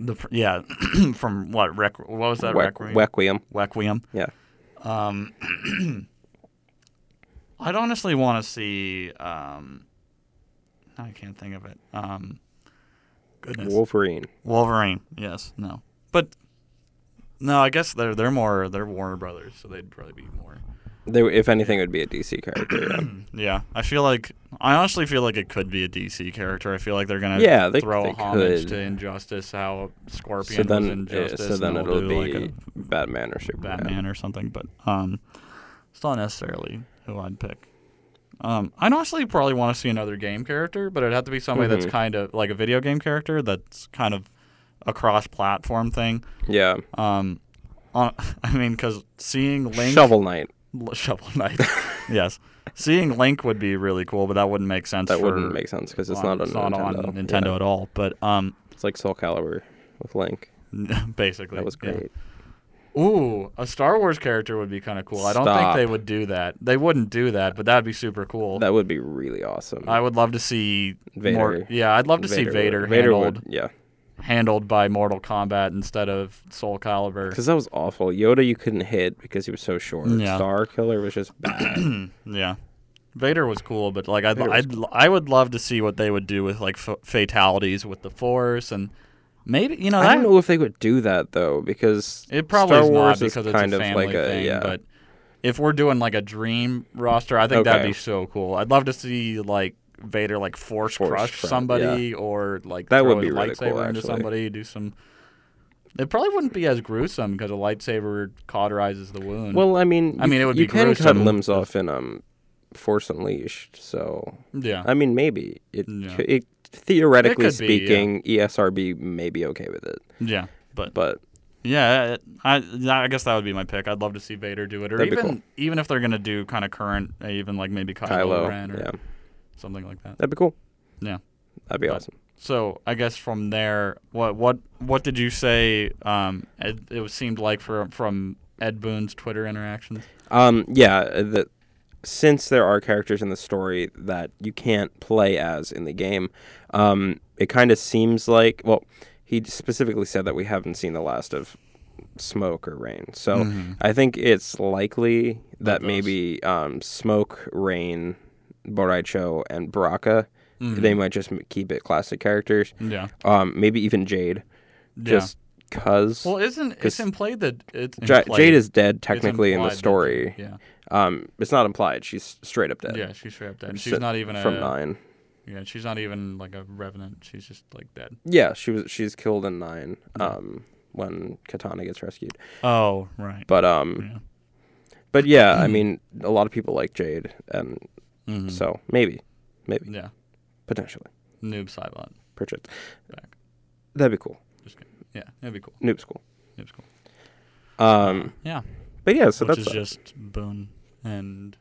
[SPEAKER 1] the pr- yeah, from what rec? What was that?
[SPEAKER 5] Wek-
[SPEAKER 1] Requiem.
[SPEAKER 5] Requiem.
[SPEAKER 1] Requiem.
[SPEAKER 5] Yeah.
[SPEAKER 1] Um, I'd honestly want to see. Um, now I can't think of it. Um, goodness,
[SPEAKER 5] Wolverine.
[SPEAKER 1] Wolverine. Yes, no, but no. I guess they're they're more they're Warner Brothers, so they'd probably be more.
[SPEAKER 5] They, if anything, it would be a DC character. yeah.
[SPEAKER 1] Yeah, I feel like I honestly feel like it could be a DC character. I feel like they're gonna
[SPEAKER 5] Yeah, they-
[SPEAKER 1] throw
[SPEAKER 5] they
[SPEAKER 1] a homage
[SPEAKER 5] could.
[SPEAKER 1] to Injustice, how Scorpion
[SPEAKER 5] so
[SPEAKER 1] was
[SPEAKER 5] then, yeah,
[SPEAKER 1] Injustice,
[SPEAKER 5] so then
[SPEAKER 1] and
[SPEAKER 5] it'll
[SPEAKER 1] they'll
[SPEAKER 5] be
[SPEAKER 1] do like
[SPEAKER 5] Batman or
[SPEAKER 1] a
[SPEAKER 5] Superman.
[SPEAKER 1] Batman or something. But um, it's not necessarily who I'd pick. Um, I'd honestly probably want to see another game character, but it'd have to be somebody
[SPEAKER 5] Mm-hmm.
[SPEAKER 1] that's kind of like a video game character that's kind of a cross-platform thing.
[SPEAKER 5] Yeah.
[SPEAKER 1] Um, on, I mean, because seeing Link
[SPEAKER 5] Shovel Knight.
[SPEAKER 1] L- Shovel Knight, yes, seeing Link would be really cool, but that wouldn't make sense.
[SPEAKER 5] That
[SPEAKER 1] for-
[SPEAKER 5] wouldn't make sense because it's
[SPEAKER 1] on-
[SPEAKER 5] not on
[SPEAKER 1] it's
[SPEAKER 5] Nintendo.
[SPEAKER 1] on
[SPEAKER 5] Yeah.
[SPEAKER 1] Nintendo at all. But um,
[SPEAKER 5] It's like Soul Calibur with Link.
[SPEAKER 1] basically,
[SPEAKER 5] That was
[SPEAKER 1] yeah.
[SPEAKER 5] great.
[SPEAKER 1] Ooh, a Star Wars character would be kind of cool. I don't think
[SPEAKER 5] Stop.
[SPEAKER 1] they would do that. They wouldn't do that, but that'd be super cool.
[SPEAKER 5] That would be really awesome.
[SPEAKER 1] I would love to see more.
[SPEAKER 5] Vader.
[SPEAKER 1] Yeah, I'd love to see Vader,
[SPEAKER 5] would-
[SPEAKER 1] handled
[SPEAKER 5] would, yeah.
[SPEAKER 1] handled by Mortal Kombat instead of Soul Calibur.
[SPEAKER 5] Because that was awful. Yoda, you couldn't hit because he was so short.
[SPEAKER 1] Yeah.
[SPEAKER 5] Star Killer was just bad.
[SPEAKER 1] Yeah, Vader was cool, but like I'd,
[SPEAKER 5] Vader was
[SPEAKER 1] I'd I would love to see what they would do with like f- fatalities with the Force and maybe you know
[SPEAKER 5] I
[SPEAKER 1] that
[SPEAKER 5] don't know if they would do that though, because
[SPEAKER 1] it probably
[SPEAKER 5] Star
[SPEAKER 1] is
[SPEAKER 5] Wars
[SPEAKER 1] not because
[SPEAKER 5] is
[SPEAKER 1] it's
[SPEAKER 5] kind
[SPEAKER 1] a
[SPEAKER 5] of
[SPEAKER 1] family
[SPEAKER 5] like a
[SPEAKER 1] thing,
[SPEAKER 5] yeah.
[SPEAKER 1] but. If we're doing like a dream roster, I think that'd
[SPEAKER 5] Okay.
[SPEAKER 1] be so cool. I'd love to see like Vader like force,
[SPEAKER 5] Force
[SPEAKER 1] crush
[SPEAKER 5] crush,
[SPEAKER 1] somebody or like
[SPEAKER 5] That would
[SPEAKER 1] throw his
[SPEAKER 5] be really cool,
[SPEAKER 1] lightsaber into
[SPEAKER 5] actually.
[SPEAKER 1] somebody, do some. It probably wouldn't be as gruesome because a lightsaber cauterizes the wound.
[SPEAKER 5] well, I mean,
[SPEAKER 1] I
[SPEAKER 5] you-
[SPEAKER 1] mean, it would
[SPEAKER 5] you
[SPEAKER 1] be
[SPEAKER 5] can cut
[SPEAKER 1] gruesome.
[SPEAKER 5] limbs off in um, Force Unleashed. So
[SPEAKER 1] yeah,
[SPEAKER 5] I mean, maybe it.
[SPEAKER 1] Yeah.
[SPEAKER 5] c- it theoretically
[SPEAKER 1] It could be, yeah.
[SPEAKER 5] speaking, E ESRB may be okay with it,
[SPEAKER 1] yeah, but
[SPEAKER 5] but
[SPEAKER 1] Yeah, I I I guess that would be my pick. I'd love to see Vader do it, or
[SPEAKER 5] That'd be
[SPEAKER 1] even
[SPEAKER 5] cool.
[SPEAKER 1] even if they're gonna do kind of current, uh, even like maybe Kylo,
[SPEAKER 5] Kylo,
[SPEAKER 1] Ren or
[SPEAKER 5] yeah,
[SPEAKER 1] something like that.
[SPEAKER 5] that'd be cool.
[SPEAKER 1] Yeah.
[SPEAKER 5] That'd be
[SPEAKER 1] But-
[SPEAKER 5] awesome.
[SPEAKER 1] So I guess from there, what what what did you say? Um, it, it was- seemed like for from Ed Boon's Twitter interactions.
[SPEAKER 5] Um, yeah, the, since there are characters in the story that you can't play as in the game, um, it kind of seems like well, he specifically said that we haven't seen the last of smoke or rain. So
[SPEAKER 1] Mm-hmm.
[SPEAKER 5] I think it's likely that maybe um, smoke, rain, Boraicho, and Baraka. They might just m- keep it classic characters.
[SPEAKER 1] Mm-hmm. Yeah.
[SPEAKER 5] Um, maybe even Jade, just cause.
[SPEAKER 1] Well, isn't it's implied that it's
[SPEAKER 5] Ja-
[SPEAKER 1] implied-
[SPEAKER 5] Jade is dead
[SPEAKER 1] it's
[SPEAKER 5] technically in the
[SPEAKER 1] implied that-
[SPEAKER 5] story.
[SPEAKER 1] Yeah,
[SPEAKER 5] Um, it's not implied. She's straight up dead.
[SPEAKER 1] yeah, she's straight up dead.
[SPEAKER 5] So-
[SPEAKER 1] She's not even a
[SPEAKER 5] from nine.
[SPEAKER 1] yeah, she's not even like a revenant. She's just like dead.
[SPEAKER 5] Yeah, she was. She's killed in nine. Um, when Katana gets rescued.
[SPEAKER 1] Oh right.
[SPEAKER 5] But um, but yeah, I mean, a lot of people like Jade, and
[SPEAKER 1] Mm.
[SPEAKER 5] so maybe, maybe
[SPEAKER 1] Mm-hmm. yeah,
[SPEAKER 5] potentially
[SPEAKER 1] noob Cybot
[SPEAKER 5] Pritchett.
[SPEAKER 1] back.
[SPEAKER 5] That'd be cool.
[SPEAKER 1] Just kidding. Yeah, that'd be cool.
[SPEAKER 5] Noob's cool.
[SPEAKER 1] It was cool.
[SPEAKER 5] Um,
[SPEAKER 1] Yeah,
[SPEAKER 5] but yeah, so
[SPEAKER 1] which
[SPEAKER 5] that's
[SPEAKER 1] is just Boone and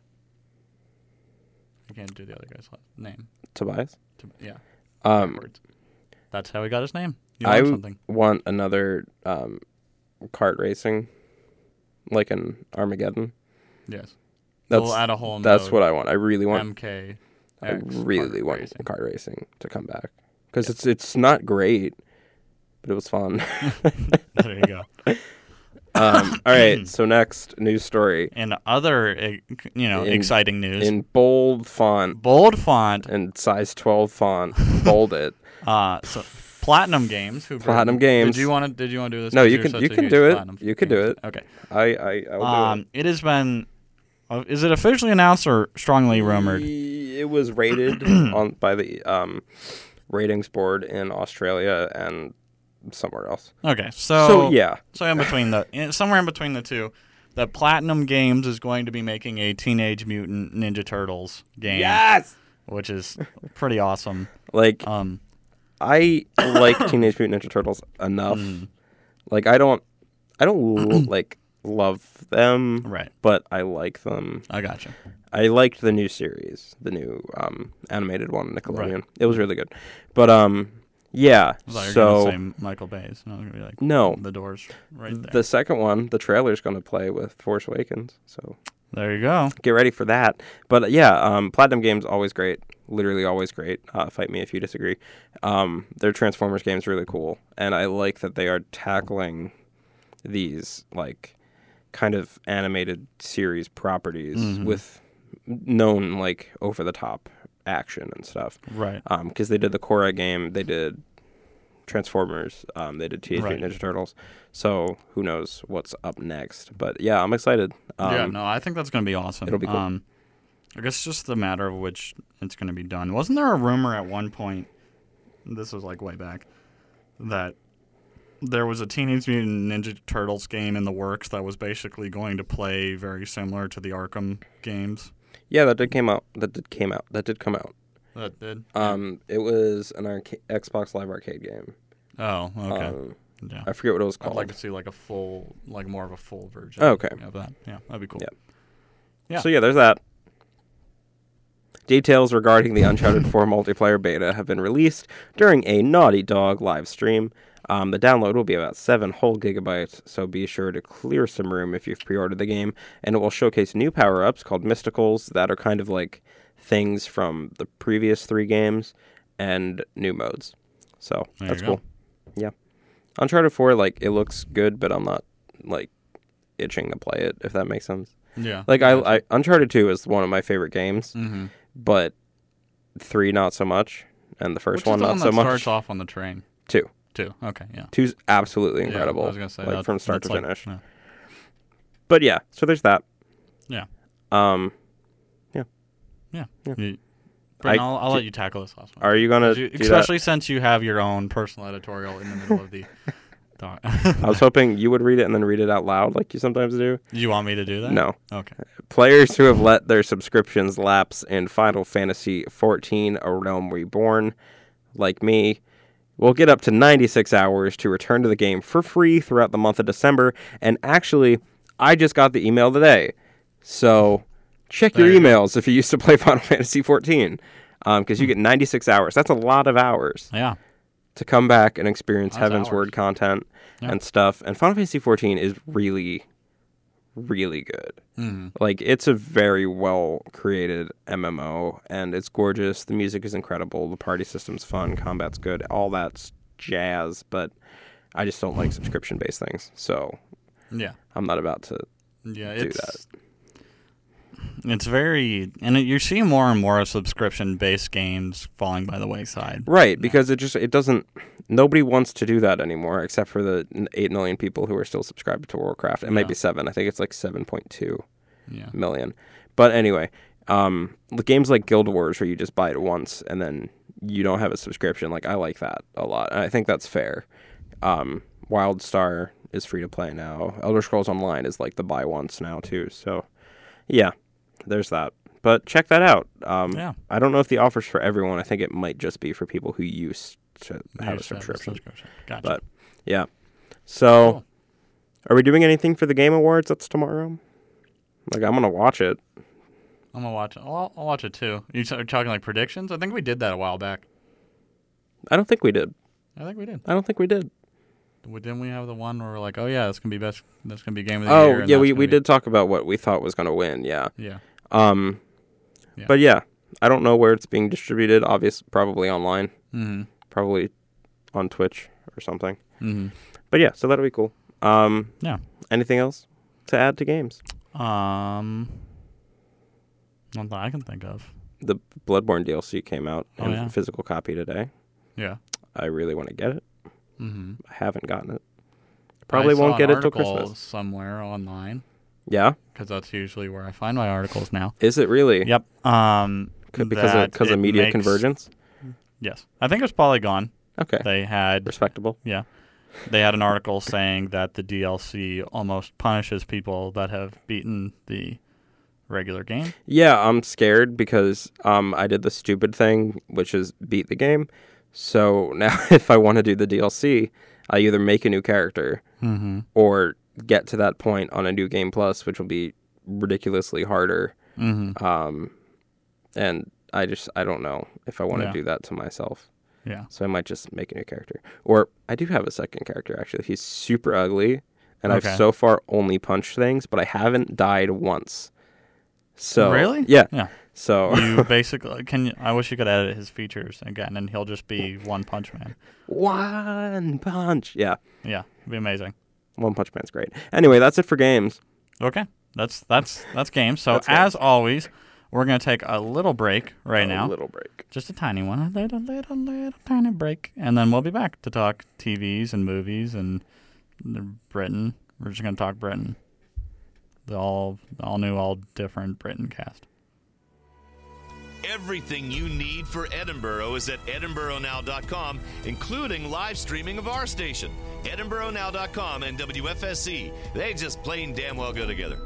[SPEAKER 1] I can't do the other guy's last name.
[SPEAKER 5] Tobias.
[SPEAKER 1] To- yeah,
[SPEAKER 5] Um,
[SPEAKER 1] words. That's how he got his name. You
[SPEAKER 5] I
[SPEAKER 1] learned
[SPEAKER 5] w-
[SPEAKER 1] something.
[SPEAKER 5] want another um, kart racing, like an Armageddon.
[SPEAKER 1] Yes.
[SPEAKER 5] That's
[SPEAKER 1] we'll add a whole.
[SPEAKER 5] that's
[SPEAKER 1] mode,
[SPEAKER 5] what I want. I really want
[SPEAKER 1] MK.
[SPEAKER 5] I really want
[SPEAKER 1] Racing.
[SPEAKER 5] kart racing to come back because it's it's not great, but it was fun.
[SPEAKER 1] There you go.
[SPEAKER 5] um, all right, so next news story
[SPEAKER 1] And other, eh, you know,
[SPEAKER 5] In-
[SPEAKER 1] exciting news.
[SPEAKER 5] in bold font
[SPEAKER 1] bold font.
[SPEAKER 5] and size twelve font, bold it.
[SPEAKER 1] Uh, so Platinum Games. Who
[SPEAKER 5] Platinum
[SPEAKER 1] Did
[SPEAKER 5] Games.
[SPEAKER 1] you want to? Did you want to do this?
[SPEAKER 5] No,
[SPEAKER 1] 'Cause
[SPEAKER 5] you
[SPEAKER 1] you're
[SPEAKER 5] can-
[SPEAKER 1] such
[SPEAKER 5] you
[SPEAKER 1] a
[SPEAKER 5] can
[SPEAKER 1] huge
[SPEAKER 5] do it.
[SPEAKER 1] Platinum
[SPEAKER 5] You can do
[SPEAKER 1] Games-
[SPEAKER 5] it.
[SPEAKER 1] Okay.
[SPEAKER 5] I I I'll
[SPEAKER 1] Um, it has been. Uh, is it officially announced or strongly
[SPEAKER 5] do
[SPEAKER 1] rumored?
[SPEAKER 5] it. It was rated on by the um, ratings board in Australia and somewhere else.
[SPEAKER 1] Okay, so
[SPEAKER 5] so yeah,
[SPEAKER 1] so in between the in, somewhere in between the two, the Platinum Games is going to be making a Teenage Mutant Ninja Turtles game,
[SPEAKER 5] yes.
[SPEAKER 1] which is pretty awesome.
[SPEAKER 5] Like
[SPEAKER 1] Um,
[SPEAKER 5] I like Teenage Mutant Ninja Turtles enough.
[SPEAKER 1] Mm.
[SPEAKER 5] Like I don't, I don't l- like love them,
[SPEAKER 1] Right.
[SPEAKER 5] But I like them.
[SPEAKER 1] I gotcha.
[SPEAKER 5] I liked the new series, the new um, animated one, on Nickelodeon. It was really good. But um, yeah.
[SPEAKER 1] I thought you were
[SPEAKER 5] so
[SPEAKER 1] gonna say Michael Bay's, and I was gonna be like,
[SPEAKER 5] no,
[SPEAKER 1] the doors right there.
[SPEAKER 5] the second one, the trailer's gonna play with Force Awakens. So
[SPEAKER 1] there you go.
[SPEAKER 5] get ready for that. But uh, yeah, um, Platinum Games always great, literally always great. Uh, fight me if you disagree. Um, their Transformers games really cool, and I like that they are tackling these like kind of animated series properties
[SPEAKER 1] Mm-hmm.
[SPEAKER 5] with known like over the top action and stuff.
[SPEAKER 1] Right.
[SPEAKER 5] Because they did the Korra game, they did Transformers, um, they did Teenage Mutant
[SPEAKER 1] Right.
[SPEAKER 5] Ninja Turtles. So who knows what's up next? But yeah, I'm excited. Um,
[SPEAKER 1] yeah, no, I think that's gonna be awesome.
[SPEAKER 5] it'll be cool.
[SPEAKER 1] Um, I guess it's just the matter of which it's gonna be done. Wasn't there a rumor at one point? This was like way back that there was a Teenage Mutant Ninja Turtles game in the works that was basically going to play very similar to the Arkham games.
[SPEAKER 5] Yeah, that did came out. That did came out. That did come out.
[SPEAKER 1] That did.
[SPEAKER 5] Um, it was an arca- Xbox Live Arcade game.
[SPEAKER 1] Oh, okay.
[SPEAKER 5] Um,
[SPEAKER 1] yeah.
[SPEAKER 5] I forget what it was
[SPEAKER 1] I'd
[SPEAKER 5] called.
[SPEAKER 1] like to see like a full, like more of a full version.
[SPEAKER 5] Oh, Okay.
[SPEAKER 1] Of that. Yeah, that'd be cool.
[SPEAKER 5] Yep.
[SPEAKER 1] Yeah.
[SPEAKER 5] So yeah, there's that. Details regarding the Uncharted 4 multiplayer beta have been released during a Naughty Dog live stream. Um, the download will be about seven whole gigabytes, so be sure to clear some room if you've pre-ordered the game, and it will showcase new power-ups called Mysticals that are kind of like things from the previous three games and new modes. So
[SPEAKER 1] There you
[SPEAKER 5] that's
[SPEAKER 1] go.
[SPEAKER 5] cool. Yeah, Uncharted 4 like it looks good, but I'm not like itching to play it if that makes sense.
[SPEAKER 1] Yeah.
[SPEAKER 5] Like I, I Uncharted Two is one of my favorite games,
[SPEAKER 1] mm-hmm.
[SPEAKER 5] but three not so much, and the first
[SPEAKER 1] Which
[SPEAKER 5] one
[SPEAKER 1] is the
[SPEAKER 5] not
[SPEAKER 1] one
[SPEAKER 5] so
[SPEAKER 1] that
[SPEAKER 5] much.
[SPEAKER 1] Starts off on the train
[SPEAKER 5] Two,
[SPEAKER 1] too. Okay. Yeah.
[SPEAKER 5] two's absolutely
[SPEAKER 1] Yeah,
[SPEAKER 5] incredible.
[SPEAKER 1] I was gonna say
[SPEAKER 5] like
[SPEAKER 1] that-
[SPEAKER 5] from start to
[SPEAKER 1] that's like- mm.
[SPEAKER 5] finish.
[SPEAKER 1] yeah.
[SPEAKER 5] But yeah, so there's that.
[SPEAKER 1] Yeah.
[SPEAKER 5] Um,
[SPEAKER 1] Yeah.
[SPEAKER 5] Yeah.
[SPEAKER 1] You- Brenton,
[SPEAKER 5] I-
[SPEAKER 1] I'll, I'll let you tackle this last one.
[SPEAKER 5] are you gonna
[SPEAKER 1] You-
[SPEAKER 5] do
[SPEAKER 1] especially since you have your own personal editorial in the middle of the.
[SPEAKER 5] that? I was hoping you would read it and then read it out loud like you sometimes do.
[SPEAKER 1] you want me to do that?
[SPEAKER 5] No.
[SPEAKER 1] Okay.
[SPEAKER 5] Players who have let their subscriptions lapse in Final Fantasy XIV A Realm Reborn, like me, will get up to 96 hours to return to the game for free throughout the month of December. And actually, I just got the email today. So check your
[SPEAKER 1] There you go.
[SPEAKER 5] emails if you used to play Final Fantasy XIV, because you get 96 hours. That's a lot of hours
[SPEAKER 1] Yeah.
[SPEAKER 5] to come back and experience
[SPEAKER 1] That's
[SPEAKER 5] Heaven's
[SPEAKER 1] ours.
[SPEAKER 5] Word content
[SPEAKER 1] Yeah.
[SPEAKER 5] and stuff. And Final Fantasy XIV is really, really good.
[SPEAKER 1] Mhm.
[SPEAKER 5] Like it's a very well created MMO, and it's gorgeous. The music is incredible. The party system's fun. Combat's good. All that's jazz. But I just don't like subscription based things, so
[SPEAKER 1] Yeah.
[SPEAKER 5] I'm not about to.
[SPEAKER 1] Yeah.
[SPEAKER 5] do
[SPEAKER 1] It's. It's very, and it, you see more and more subscription-based games falling by the wayside.
[SPEAKER 5] Right, because it just it doesn't. Nobody wants to do that anymore, except for the n- eight million people who are still subscribed to Warcraft. It might be seven. I think it's like seven point two.
[SPEAKER 1] Yeah.
[SPEAKER 5] million. But anyway, um, the games like Guild Wars where you just buy it once and then you don't have a subscription, like I like that a lot, and I think that's fair. Um, WildStar is free to play now. Elder Scrolls Online is like the buy once now too. So, yeah, there's that. But check that out. Um,
[SPEAKER 1] Yeah.
[SPEAKER 5] I don't know if the offer's for everyone. I think it might just be for people who used to have a
[SPEAKER 1] Use that as
[SPEAKER 5] subscription.
[SPEAKER 1] Gotcha.
[SPEAKER 5] But yeah, so
[SPEAKER 1] Cool.
[SPEAKER 5] are we doing anything for the Game Awards? That's tomorrow. Like I'm gonna watch it.
[SPEAKER 1] I'm gonna watch. I'll, I'll watch it too. You are talking like predictions? I think we did that a while back.
[SPEAKER 5] I don't think we did.
[SPEAKER 1] I think we did.
[SPEAKER 5] I don't think we did.
[SPEAKER 1] W- Didn't we have the one where we're like, oh yeah, that's gonna be best. That's gonna be game of the year.
[SPEAKER 5] Oh
[SPEAKER 1] and
[SPEAKER 5] yeah,
[SPEAKER 1] that's
[SPEAKER 5] we,
[SPEAKER 1] gonna
[SPEAKER 5] we
[SPEAKER 1] be-
[SPEAKER 5] did talk about what we thought was gonna win. Yeah.
[SPEAKER 1] Yeah.
[SPEAKER 5] Um,
[SPEAKER 1] Yeah.
[SPEAKER 5] but yeah, I don't know where it's being distributed. Obvious, probably online,
[SPEAKER 1] Mm-hmm.
[SPEAKER 5] probably on Twitch or something.
[SPEAKER 1] Mm-hmm.
[SPEAKER 5] But yeah, so that'll be cool. Um,
[SPEAKER 1] Yeah.
[SPEAKER 5] anything else to add to games?
[SPEAKER 1] Um, not that I can think of.
[SPEAKER 5] The Bloodborne DLC came out
[SPEAKER 1] Oh,
[SPEAKER 5] in
[SPEAKER 1] yeah.
[SPEAKER 5] physical copy today.
[SPEAKER 1] Yeah.
[SPEAKER 5] I really want to get it.
[SPEAKER 1] Mm-hmm.
[SPEAKER 5] I haven't gotten it. Probably won't get it till Christmas.
[SPEAKER 1] Somewhere online,
[SPEAKER 5] Yeah.
[SPEAKER 1] because that's usually where I find my articles now.
[SPEAKER 5] Is it really?
[SPEAKER 1] Yep. Um,
[SPEAKER 5] C- because of
[SPEAKER 1] that
[SPEAKER 5] because
[SPEAKER 1] it
[SPEAKER 5] of media
[SPEAKER 1] makes-
[SPEAKER 5] convergence.
[SPEAKER 1] Yes, I think it was Polygon.
[SPEAKER 5] Okay.
[SPEAKER 1] They had
[SPEAKER 5] Respectable.
[SPEAKER 1] Yeah. They had an article saying that the DLC almost punishes people that have beaten the regular game.
[SPEAKER 5] Yeah, I'm scared because um, I did the stupid thing, which is beat the game. So now, if I want to do the DLC, I either make a new character
[SPEAKER 1] Mm-hmm.
[SPEAKER 5] or get to that point on a new game plus, which will be ridiculously harder.
[SPEAKER 1] Mm-hmm.
[SPEAKER 5] Um, and I just I don't know if I want to
[SPEAKER 1] Yeah.
[SPEAKER 5] do that to myself.
[SPEAKER 1] Yeah.
[SPEAKER 5] So I might just make a new character, or I do have a second character actually. He's super ugly, and
[SPEAKER 1] Okay.
[SPEAKER 5] I've so far only punched things, but I haven't died once. So
[SPEAKER 1] really?
[SPEAKER 5] yeah.
[SPEAKER 1] Yeah.
[SPEAKER 5] So
[SPEAKER 1] You basically can. You, I wish you could edit his features again, and he'll just be One Punch Man.
[SPEAKER 5] One Punch. Yeah,
[SPEAKER 1] Yeah, it'd be amazing.
[SPEAKER 5] One Punch Man's great. Anyway, that's it for games.
[SPEAKER 1] Okay, that's that's that's game. So
[SPEAKER 5] That's game.
[SPEAKER 1] as always, we're gonna take a little break right
[SPEAKER 5] a
[SPEAKER 1] now,
[SPEAKER 5] little break.
[SPEAKER 1] just a tiny one, a little little little tiny break, and then we'll be back to talk TVs and movies and Britain. We're just gonna talk Britain. The all all new, all different Britain cast.
[SPEAKER 2] Everything you need for Edinburgh is at edinburghnow.com, including live streaming of our station, edinburghnow.com and E, WFSC. They just plain damn well go together.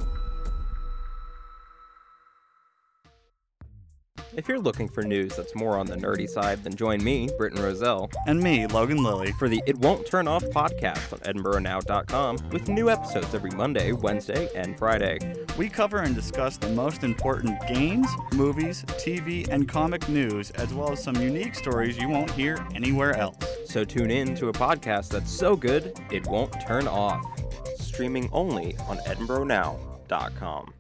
[SPEAKER 5] If you're looking for news that's more on the nerdy side, then join me, Britton Roselle,
[SPEAKER 6] And me, Logan Lilly.
[SPEAKER 5] for the It Won't Turn Off podcast on EdinburghNow.com with new episodes every Monday, Wednesday, and Friday.
[SPEAKER 6] We cover and discuss the most important games, movies, TV, and comic news, as well as some unique stories you won't hear anywhere else.
[SPEAKER 5] So tune in to a podcast that's so good it won't turn off. Streaming only on EdinburghNow.com.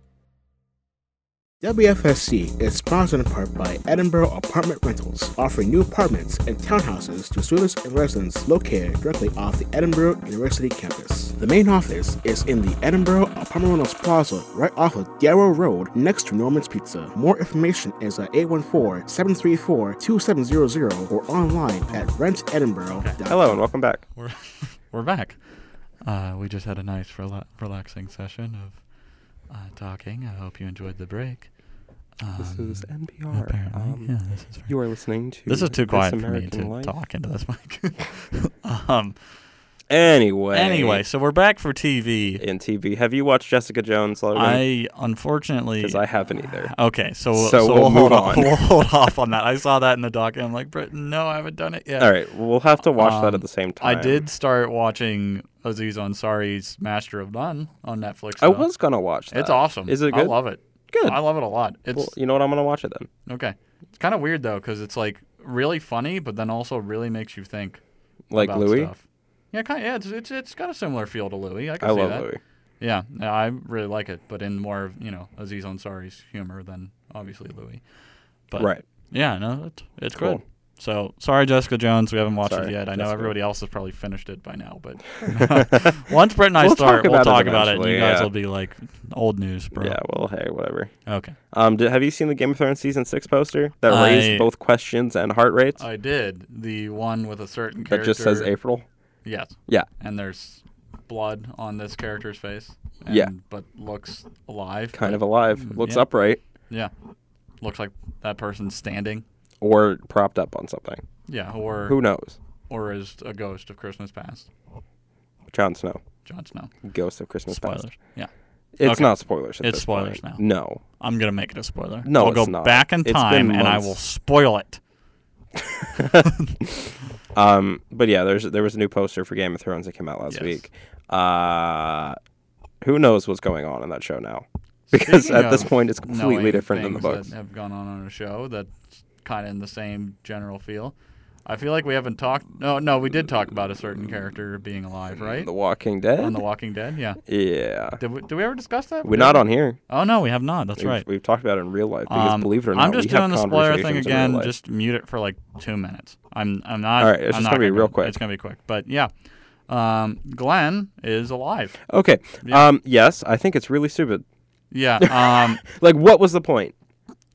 [SPEAKER 4] WFSC is sponsored in part by Edinburgh Apartment Rentals, offering new apartments and townhouses to students and residents located directly off the Edinburgh University campus. The main office is in the Edinburgh Apartment Rentals Plaza, right off of Yarrow Road, next to Norman's Pizza. More information is at 814-734-2700 or online at rentedinburgh.com.
[SPEAKER 5] Hello and welcome back.
[SPEAKER 6] We're, we're back. Uh, we just had a nice, rela- relaxing session of uh, talking. I hope you enjoyed the break.
[SPEAKER 5] This
[SPEAKER 6] Um,
[SPEAKER 5] is NPR.
[SPEAKER 6] apparently,
[SPEAKER 5] Um,
[SPEAKER 6] yeah, this is very
[SPEAKER 5] You are listening to
[SPEAKER 6] This is too
[SPEAKER 5] This
[SPEAKER 6] quiet for me
[SPEAKER 5] American
[SPEAKER 6] to
[SPEAKER 5] Life.
[SPEAKER 6] talk into this mic. um,
[SPEAKER 5] Anyway,
[SPEAKER 6] anyway, so we're back for TV.
[SPEAKER 5] in TV, have you watched Jessica Jones? Logan?
[SPEAKER 6] I unfortunately
[SPEAKER 5] Because I haven't either.
[SPEAKER 6] Okay, so we'll-
[SPEAKER 5] So
[SPEAKER 6] so
[SPEAKER 5] we'll
[SPEAKER 6] we'll,
[SPEAKER 5] move
[SPEAKER 6] hold off.
[SPEAKER 5] on.
[SPEAKER 6] We'll hold off on that. I saw that in the doc, and I'm like, Britain, no, I haven't done it yet.
[SPEAKER 5] All right, we'll have to watch that
[SPEAKER 6] Um,
[SPEAKER 5] at the same
[SPEAKER 6] I
[SPEAKER 5] time.
[SPEAKER 6] did start watching Aziz Ansari's Master of None on Netflix.
[SPEAKER 5] I
[SPEAKER 6] though.
[SPEAKER 5] was gonna watch that.
[SPEAKER 6] It's awesome.
[SPEAKER 5] Is it good?
[SPEAKER 6] I love it.
[SPEAKER 5] Good.
[SPEAKER 6] I love it a lot. It's
[SPEAKER 5] Well, you know what? I'm gonna watch it then.
[SPEAKER 6] okay. It's kind of weird though, because it's like really funny, but then also really makes you think.
[SPEAKER 5] Like
[SPEAKER 6] about
[SPEAKER 5] Louis,
[SPEAKER 6] Stuff. Yeah, kind of, yeah. It's, it's it's got a similar feel to Louis. I, can
[SPEAKER 5] I
[SPEAKER 6] see
[SPEAKER 5] love
[SPEAKER 6] that.
[SPEAKER 5] Louis.
[SPEAKER 6] Yeah, no, I really like it, but in more of you know Aziz Ansari's humor than obviously Louis. But
[SPEAKER 5] Right.
[SPEAKER 6] Yeah, no, it's it's
[SPEAKER 5] Cool.
[SPEAKER 6] good. So sorry, Jessica Jones, we haven't watched
[SPEAKER 5] Sorry,
[SPEAKER 6] it yet. I know
[SPEAKER 5] Jessica.
[SPEAKER 6] everybody else has probably finished it by now, but once Brett and I
[SPEAKER 5] We'll talk
[SPEAKER 6] start, we'll
[SPEAKER 5] about it
[SPEAKER 6] talk about it. And you
[SPEAKER 5] eventually,
[SPEAKER 6] guys
[SPEAKER 5] yeah.
[SPEAKER 6] will be like old news, bro.
[SPEAKER 5] Yeah. Well, hey, whatever.
[SPEAKER 6] Okay.
[SPEAKER 5] Um, did, have you seen the Game of Thrones season six poster that
[SPEAKER 6] I-
[SPEAKER 5] raised both questions and heart rates?
[SPEAKER 6] I did the one with a certain
[SPEAKER 5] that
[SPEAKER 6] character
[SPEAKER 5] just says April.
[SPEAKER 6] Yes.
[SPEAKER 5] Yeah.
[SPEAKER 6] And there's blood on this character's face. And,
[SPEAKER 5] Yeah.
[SPEAKER 6] But looks alive.
[SPEAKER 5] Kind
[SPEAKER 6] but-
[SPEAKER 5] of alive. Looks
[SPEAKER 6] Mm, yeah.
[SPEAKER 5] upright
[SPEAKER 6] Yeah. Looks like that person's standing.
[SPEAKER 5] or propped up on something.
[SPEAKER 6] Yeah, or
[SPEAKER 5] Who knows?
[SPEAKER 6] or is a ghost of Christmas past.
[SPEAKER 5] Jon Snow,
[SPEAKER 6] Jon Snow.
[SPEAKER 5] Ghost of Christmas Past.
[SPEAKER 6] Spoilers. Yeah.
[SPEAKER 5] It's
[SPEAKER 6] Okay.
[SPEAKER 5] not spoilers. At
[SPEAKER 6] It's
[SPEAKER 5] this
[SPEAKER 6] spoilers
[SPEAKER 5] point.
[SPEAKER 6] now.
[SPEAKER 5] No.
[SPEAKER 6] I'm gonna make it a spoiler.
[SPEAKER 5] No,
[SPEAKER 6] I'll go
[SPEAKER 5] it's not.
[SPEAKER 6] back in
[SPEAKER 5] It's been
[SPEAKER 6] time and I
[SPEAKER 5] months.
[SPEAKER 6] will spoil it.
[SPEAKER 5] Um, but yeah, there's there was a new poster for Game of Thrones that came out last
[SPEAKER 6] Yes.
[SPEAKER 5] week. Uh, who knows what's going on in that show now? Because
[SPEAKER 6] Speaking
[SPEAKER 5] at this
[SPEAKER 6] of
[SPEAKER 5] point, it's completely
[SPEAKER 6] knowing
[SPEAKER 5] different than the
[SPEAKER 6] things
[SPEAKER 5] books.
[SPEAKER 6] That have gone on on a show that's kind of in the same general feel. I feel like we haven't talked. No, no, we did talk about a certain character being alive, right?
[SPEAKER 5] The Walking Dead.
[SPEAKER 6] on The Walking Dead, yeah.
[SPEAKER 5] yeah,
[SPEAKER 6] Did we, did we ever discuss that?
[SPEAKER 5] we're not on here.
[SPEAKER 6] Oh no, we have not. That's
[SPEAKER 5] We've,
[SPEAKER 6] right.
[SPEAKER 5] we've talked about it in real life because
[SPEAKER 6] Um,
[SPEAKER 5] believe it or not,
[SPEAKER 6] I'm just
[SPEAKER 5] we have
[SPEAKER 6] doing the spoiler thing
[SPEAKER 5] conversations in real
[SPEAKER 6] again.
[SPEAKER 5] life.
[SPEAKER 6] Just mute it for like two minutes. I'm I'm not.
[SPEAKER 5] All right, it's
[SPEAKER 6] I'm
[SPEAKER 5] just
[SPEAKER 6] not
[SPEAKER 5] gonna be
[SPEAKER 6] do
[SPEAKER 5] real
[SPEAKER 6] it.
[SPEAKER 5] quick.
[SPEAKER 6] It's gonna be quick, but yeah. Um, Glenn is alive.
[SPEAKER 5] okay. Um, yes, I think it's really stupid.
[SPEAKER 6] Yeah.
[SPEAKER 5] Like, what was the point?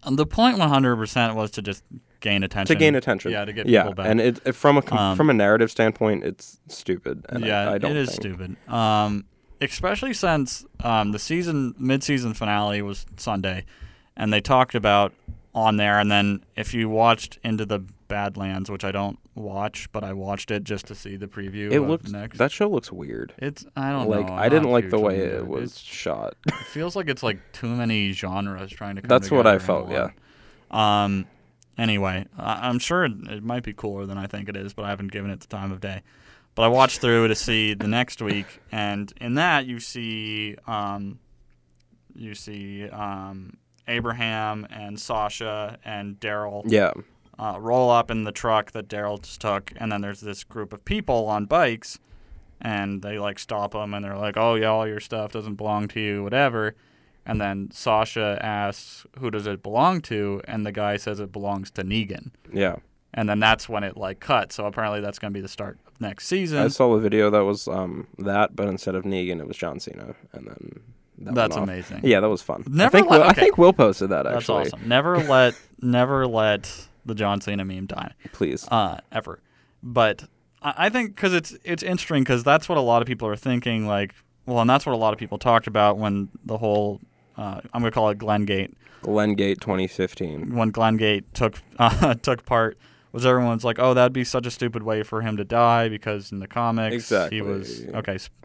[SPEAKER 6] Um, the point 100% was to just gain
[SPEAKER 5] To
[SPEAKER 6] attention.
[SPEAKER 5] gain attention.
[SPEAKER 6] Yeah, to get
[SPEAKER 5] yeah,
[SPEAKER 6] people back.
[SPEAKER 5] and it, it- from a com-
[SPEAKER 6] Um,
[SPEAKER 5] from a narrative standpoint, it's stupid. And
[SPEAKER 6] yeah,
[SPEAKER 5] I, I don't
[SPEAKER 6] it is
[SPEAKER 5] think-
[SPEAKER 6] stupid. Um, especially since um, the season mid-season finale was Sunday, and they talked about on there. And then if you watched Into the Badlands, which I don't watch, but I watched it just to see the preview.
[SPEAKER 5] It
[SPEAKER 6] of
[SPEAKER 5] looks
[SPEAKER 6] next.
[SPEAKER 5] that show looks weird.
[SPEAKER 6] it's I don't
[SPEAKER 5] like
[SPEAKER 6] know.
[SPEAKER 5] I
[SPEAKER 6] I'm
[SPEAKER 5] didn't
[SPEAKER 6] not
[SPEAKER 5] like the
[SPEAKER 6] huge
[SPEAKER 5] way
[SPEAKER 6] into
[SPEAKER 5] it was
[SPEAKER 6] It's-
[SPEAKER 5] shot.
[SPEAKER 6] It feels like it's like too many genres trying to. Come
[SPEAKER 5] That's what
[SPEAKER 6] together
[SPEAKER 5] I
[SPEAKER 6] in
[SPEAKER 5] felt.
[SPEAKER 6] one.
[SPEAKER 5] Yeah.
[SPEAKER 6] Um, anyway, I- I'm sure it, it might be cooler than I think it is, but I haven't given it the time of day. But I watched through to see the next week, and in that you see, um, you see um, Abraham and Sasha and Daryl
[SPEAKER 5] Yeah.
[SPEAKER 6] uh, roll up in the truck that Daryl just took, and then there's this group of people on bikes, and they like stop them, and they're like, "Oh yeah, all your stuff doesn't belong to you, whatever." And then Sasha asks, "Who does it belong to?" And the guy says, "It belongs to Negan."
[SPEAKER 5] Yeah.
[SPEAKER 6] And then that's when it like cuts. So apparently that's gonna be the start of next season.
[SPEAKER 5] I saw a video that was um that, but instead of Negan, it was John Cena, and then that
[SPEAKER 6] That's
[SPEAKER 5] went off.
[SPEAKER 6] amazing.
[SPEAKER 5] Yeah, that was fun. I
[SPEAKER 6] Never
[SPEAKER 5] think
[SPEAKER 6] let-
[SPEAKER 5] Will, I
[SPEAKER 6] okay.
[SPEAKER 5] think Will posted that
[SPEAKER 6] that's
[SPEAKER 5] actually.
[SPEAKER 6] awesome. Never let, never let the John Cena meme die.
[SPEAKER 5] Please.
[SPEAKER 6] uh, ever. But I, I think because it's it's interesting because that's what a lot of people are thinking. Like, well, and that's what a lot of people talked about when the whole uh, I'm gonna call it Glengate
[SPEAKER 5] Glen Gate 2015.
[SPEAKER 6] when Glengate took uh, took part was everyone's like, oh, that'd be such a stupid way for him to die because in the comics
[SPEAKER 5] Exactly.
[SPEAKER 6] he was okay. Sp-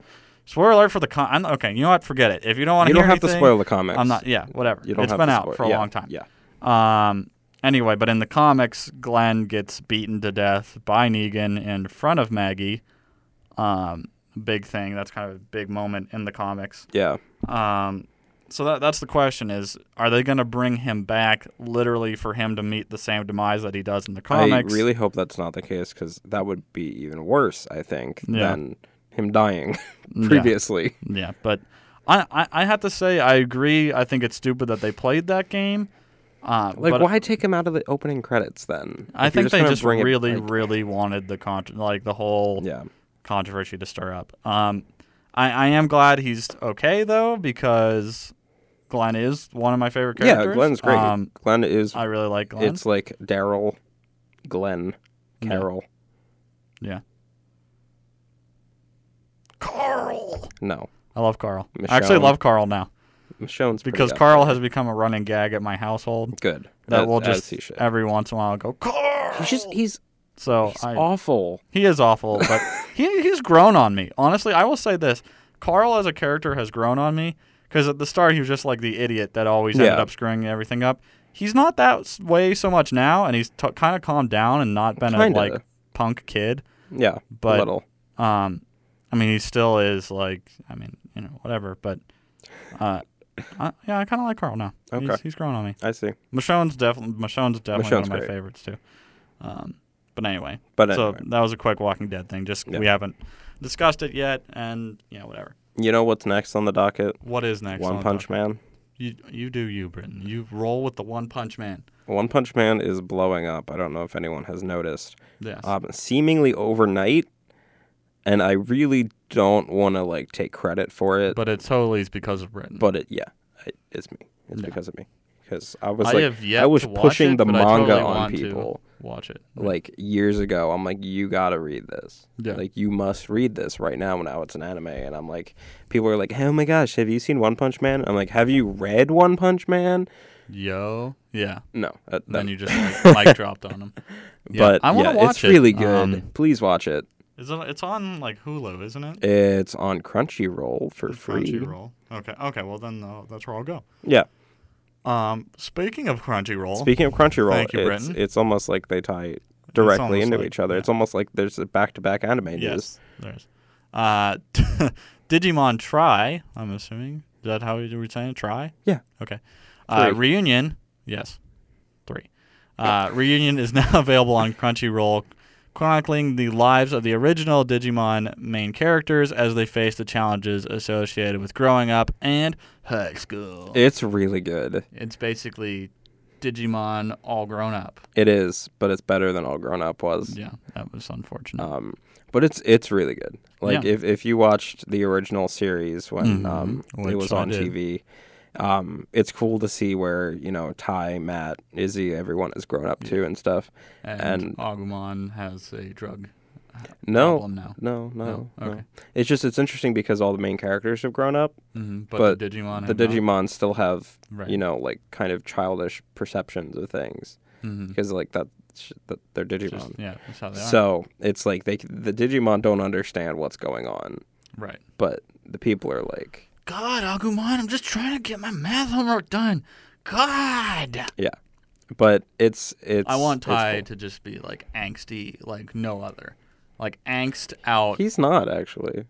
[SPEAKER 6] spoiler alert for the con. I'm, okay, you know what? Forget it. If you don't want
[SPEAKER 5] You
[SPEAKER 6] hear
[SPEAKER 5] don't have to
[SPEAKER 6] anything,
[SPEAKER 5] spoil the comics.
[SPEAKER 6] I'm not. Yeah, whatever.
[SPEAKER 5] You don't
[SPEAKER 6] It's
[SPEAKER 5] have
[SPEAKER 6] been
[SPEAKER 5] to
[SPEAKER 6] out
[SPEAKER 5] spoil-
[SPEAKER 6] for a
[SPEAKER 5] yeah,
[SPEAKER 6] long time.
[SPEAKER 5] Yeah.
[SPEAKER 6] Um, Anyway, but in the comics, Glenn gets beaten to death by Negan in front of Maggie. Um, big thing. That's kind of a big moment in the comics.
[SPEAKER 5] Yeah.
[SPEAKER 6] Um, so that that's the question: is are they going to bring him back literally for him to meet the same demise that he does in the comics?
[SPEAKER 5] I really hope that's not the case because that would be even worse, I think,
[SPEAKER 6] Yeah.
[SPEAKER 5] than him dying previously.
[SPEAKER 6] Yeah, but I, I I have to say I agree. I think it's stupid that they played that game. Uh,
[SPEAKER 5] Like,
[SPEAKER 6] but
[SPEAKER 5] why take him out of the opening credits then?
[SPEAKER 6] I
[SPEAKER 5] If you're
[SPEAKER 6] think they
[SPEAKER 5] gonna
[SPEAKER 6] just
[SPEAKER 5] bring it-
[SPEAKER 6] really,
[SPEAKER 5] like-
[SPEAKER 6] really wanted the con- like the whole
[SPEAKER 5] yeah.
[SPEAKER 6] controversy to stir up. Um, I, I am glad he's okay though because Glenn is one of my favorite characters.
[SPEAKER 5] Yeah, Glenn's great.
[SPEAKER 6] Um,
[SPEAKER 5] Glenn is.
[SPEAKER 6] I really like Glenn.
[SPEAKER 5] It's like Daryl, Glenn,
[SPEAKER 6] Yeah.
[SPEAKER 5] Carol.
[SPEAKER 6] yeah. Carl.
[SPEAKER 5] No,
[SPEAKER 6] I love Carl. I actually
[SPEAKER 5] Michonne.
[SPEAKER 6] love Carl now
[SPEAKER 5] Michonne's pretty
[SPEAKER 6] because
[SPEAKER 5] up
[SPEAKER 6] Carl has become a running gag at my household.
[SPEAKER 5] there. good.
[SPEAKER 6] That
[SPEAKER 5] As-
[SPEAKER 6] will
[SPEAKER 5] as
[SPEAKER 6] just
[SPEAKER 5] he should.
[SPEAKER 6] every once in a while go Carl.
[SPEAKER 5] He's just he's,
[SPEAKER 6] so
[SPEAKER 5] he's
[SPEAKER 6] I,
[SPEAKER 5] awful.
[SPEAKER 6] He is awful, but he he's grown on me. Honestly, I will say this: Carl as a character has grown on me because at the start he was just like the idiot that always ended
[SPEAKER 5] Yeah.
[SPEAKER 6] up screwing everything up. He's not that s- way so much now, and he's t- kind of calmed down and not been
[SPEAKER 5] Kinda.
[SPEAKER 6] a like punk kid.
[SPEAKER 5] Yeah,
[SPEAKER 6] But-
[SPEAKER 5] little.
[SPEAKER 6] Um, I mean, he still is like, I mean, you know, whatever. But uh, I, yeah, I kind of like Carl now.
[SPEAKER 5] Okay.
[SPEAKER 6] he's, he's grown on me.
[SPEAKER 5] I see.
[SPEAKER 6] Michonne's definitely Michonne's definitely one
[SPEAKER 5] Michonne's
[SPEAKER 6] of my
[SPEAKER 5] great.
[SPEAKER 6] favorites too. Um, but anyway,
[SPEAKER 5] But
[SPEAKER 6] so
[SPEAKER 5] anyway.
[SPEAKER 6] that was a quick Walking Dead thing. Just
[SPEAKER 5] Yeah.
[SPEAKER 6] we haven't discussed it yet, and yeah, whatever.
[SPEAKER 5] You know what's next on the docket?
[SPEAKER 6] What is next?
[SPEAKER 5] One
[SPEAKER 6] on
[SPEAKER 5] Punch
[SPEAKER 6] top?
[SPEAKER 5] Man.
[SPEAKER 6] You you do you, Britton. You roll with the One Punch Man.
[SPEAKER 5] One Punch Man is blowing up. I don't know if anyone has noticed.
[SPEAKER 6] Yes.
[SPEAKER 5] Um, seemingly overnight, and I really don't want to like take credit for it. But,
[SPEAKER 6] but it totally is because of Britton.
[SPEAKER 5] it, yeah, it, it's me. It's
[SPEAKER 6] Yeah.
[SPEAKER 5] because of me. Because I was
[SPEAKER 6] I
[SPEAKER 5] like,
[SPEAKER 6] have yet
[SPEAKER 5] I was
[SPEAKER 6] to watch
[SPEAKER 5] pushing
[SPEAKER 6] it,
[SPEAKER 5] the
[SPEAKER 6] but I
[SPEAKER 5] manga
[SPEAKER 6] totally
[SPEAKER 5] on
[SPEAKER 6] want to
[SPEAKER 5] people
[SPEAKER 6] Watch it.
[SPEAKER 5] like years ago. I'm like, you gotta read this.
[SPEAKER 6] Yeah.
[SPEAKER 5] Like you must read this right now. Now it's an anime, and I'm like, people are like, oh my gosh, have you seen One Punch Man? I'm like, have you read One Punch Man?
[SPEAKER 6] Yo. Yeah.
[SPEAKER 5] No, that,
[SPEAKER 6] Then
[SPEAKER 5] that-
[SPEAKER 6] you just like, mic dropped on him. Yeah,
[SPEAKER 5] but
[SPEAKER 6] I want
[SPEAKER 5] yeah,
[SPEAKER 6] to watch
[SPEAKER 5] it's really
[SPEAKER 6] it.
[SPEAKER 5] good.
[SPEAKER 6] Um,
[SPEAKER 5] Please watch it.
[SPEAKER 6] is it. It's on like Hulu, isn't it?
[SPEAKER 5] It's on Crunchyroll for free.
[SPEAKER 6] Crunchyroll. Okay. Okay. Well, then uh, that's where I'll go.
[SPEAKER 5] Yeah.
[SPEAKER 6] Um, speaking of Crunchyroll,
[SPEAKER 5] Speaking of Crunchyroll,
[SPEAKER 6] Thank you,
[SPEAKER 5] it's,
[SPEAKER 6] Britton.
[SPEAKER 5] it's almost like they tie directly
[SPEAKER 6] almost
[SPEAKER 5] into
[SPEAKER 6] like-
[SPEAKER 5] each other.
[SPEAKER 6] yeah.
[SPEAKER 5] It's almost like there's a back-to-back anime news.
[SPEAKER 6] yes, there's uh, Digimon Try. I'm assuming is that how you were saying Try?
[SPEAKER 5] Yeah.
[SPEAKER 6] Okay. Uh,
[SPEAKER 5] Three.
[SPEAKER 6] reunion. Yes. Three. Uh, reunion is now available on Crunchyroll, chronicling the lives of the original Digimon main characters as they face the challenges associated with growing up and high school.
[SPEAKER 5] It's really good.
[SPEAKER 6] it's basically Digimon all grown up.
[SPEAKER 5] It is, but it's better than All Grown Up was.
[SPEAKER 6] Yeah, that was unfortunate.
[SPEAKER 5] Um, but it's it's really good. Like
[SPEAKER 6] Yeah. Mm-hmm.
[SPEAKER 5] if, if you watched the original series when um,
[SPEAKER 6] Which
[SPEAKER 5] it was
[SPEAKER 6] I
[SPEAKER 5] on
[SPEAKER 6] did.
[SPEAKER 5] TV, um, it's cool to see where you know Ty, Matt, Izzy, everyone has grown up to and stuff.
[SPEAKER 6] and,
[SPEAKER 5] and-
[SPEAKER 6] Agumon has a drug.
[SPEAKER 5] No,
[SPEAKER 6] problem now.
[SPEAKER 5] no, no, no.
[SPEAKER 6] Okay.
[SPEAKER 5] It's just it's interesting because all the main characters have grown up,
[SPEAKER 6] Mhm, but,
[SPEAKER 5] but
[SPEAKER 6] the Digimon.
[SPEAKER 5] the
[SPEAKER 6] have not.
[SPEAKER 5] Digimon still have
[SPEAKER 6] Right.
[SPEAKER 5] you know like kind of childish perceptions of things
[SPEAKER 6] Mhm.
[SPEAKER 5] because like that, that they're
[SPEAKER 6] Just-
[SPEAKER 5] Digimon.
[SPEAKER 6] Oh, yeah, that's how they are.
[SPEAKER 5] so it's like they c- the Digimon don't understand what's going on,
[SPEAKER 6] Right.
[SPEAKER 5] but the people are like,
[SPEAKER 6] God, Agumon, I'm just trying to get my math homework done. God.
[SPEAKER 5] yeah. But it's it's.
[SPEAKER 6] I want
[SPEAKER 5] it's
[SPEAKER 6] Ty
[SPEAKER 5] cool.
[SPEAKER 6] to just be like angsty, like no other. Like angst out.
[SPEAKER 5] He's not actually.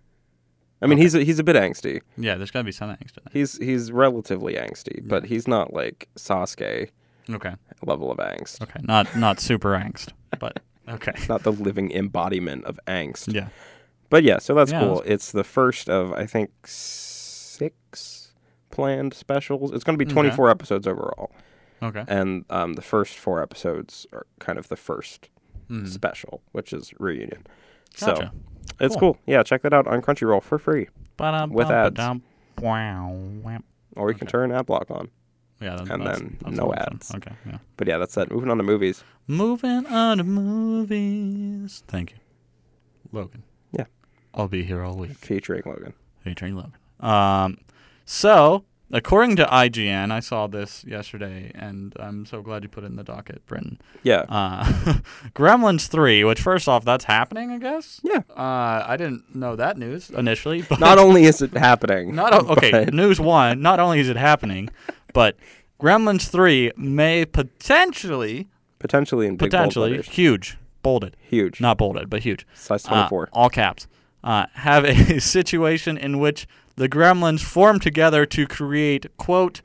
[SPEAKER 5] I mean, he's a, he's a bit angsty.
[SPEAKER 6] yeah, there's got to be some angst in
[SPEAKER 5] He's he's relatively angsty, but he's not like Sasuke
[SPEAKER 6] it. Okay.
[SPEAKER 5] level of angst.
[SPEAKER 6] Okay. Not not super angst, but okay.
[SPEAKER 5] not the living embodiment of angst.
[SPEAKER 6] Yeah.
[SPEAKER 5] But yeah, so that's
[SPEAKER 6] Yeah,
[SPEAKER 5] cool.
[SPEAKER 6] that's-
[SPEAKER 5] It's the first of I think six planned specials. It's going to be 24 episodes overall,
[SPEAKER 6] Okay.
[SPEAKER 5] and um, the first four episodes are kind of the first special, which is reunion.
[SPEAKER 6] Mm-hmm. Gotcha.
[SPEAKER 5] So it's cool. Yeah, check that out on Crunchyroll for free,
[SPEAKER 6] Ba-dum,
[SPEAKER 5] with ads.
[SPEAKER 6] ba-dum, Wow. wham.
[SPEAKER 5] or you can turn ad block on.
[SPEAKER 6] Yeah, that,
[SPEAKER 5] And
[SPEAKER 6] that's,
[SPEAKER 5] then
[SPEAKER 6] that's
[SPEAKER 5] no
[SPEAKER 6] all I'm
[SPEAKER 5] ads.
[SPEAKER 6] saying. Okay, yeah.
[SPEAKER 5] But yeah, that's that. Moving on to movies.
[SPEAKER 6] Moving on to movies. Thank you, Logan.
[SPEAKER 5] Yeah,
[SPEAKER 6] I'll be here all week.
[SPEAKER 5] featuring Logan.
[SPEAKER 6] featuring Logan. Um, so, according to IGN, I saw this yesterday, and I'm so glad you put it in the docket, Brenton.
[SPEAKER 5] Yeah,
[SPEAKER 6] Uh, Gremlins 3, which, first off, that's happening, I guess?
[SPEAKER 5] yeah.
[SPEAKER 6] Uh, I didn't know that news initially. But
[SPEAKER 5] Not only is it happening,
[SPEAKER 6] Not o- okay.
[SPEAKER 5] but-
[SPEAKER 6] News one. Not only is it happening, but Gremlins 3 may potentially,
[SPEAKER 5] Potentially in big
[SPEAKER 6] potentially,
[SPEAKER 5] bold letters.
[SPEAKER 6] huge, bolded,
[SPEAKER 5] Huge.
[SPEAKER 6] not bolded, but huge.
[SPEAKER 5] Size
[SPEAKER 6] Uh,
[SPEAKER 5] 24.
[SPEAKER 6] all caps. Uh, have a situation in which the gremlins form together to create, quote,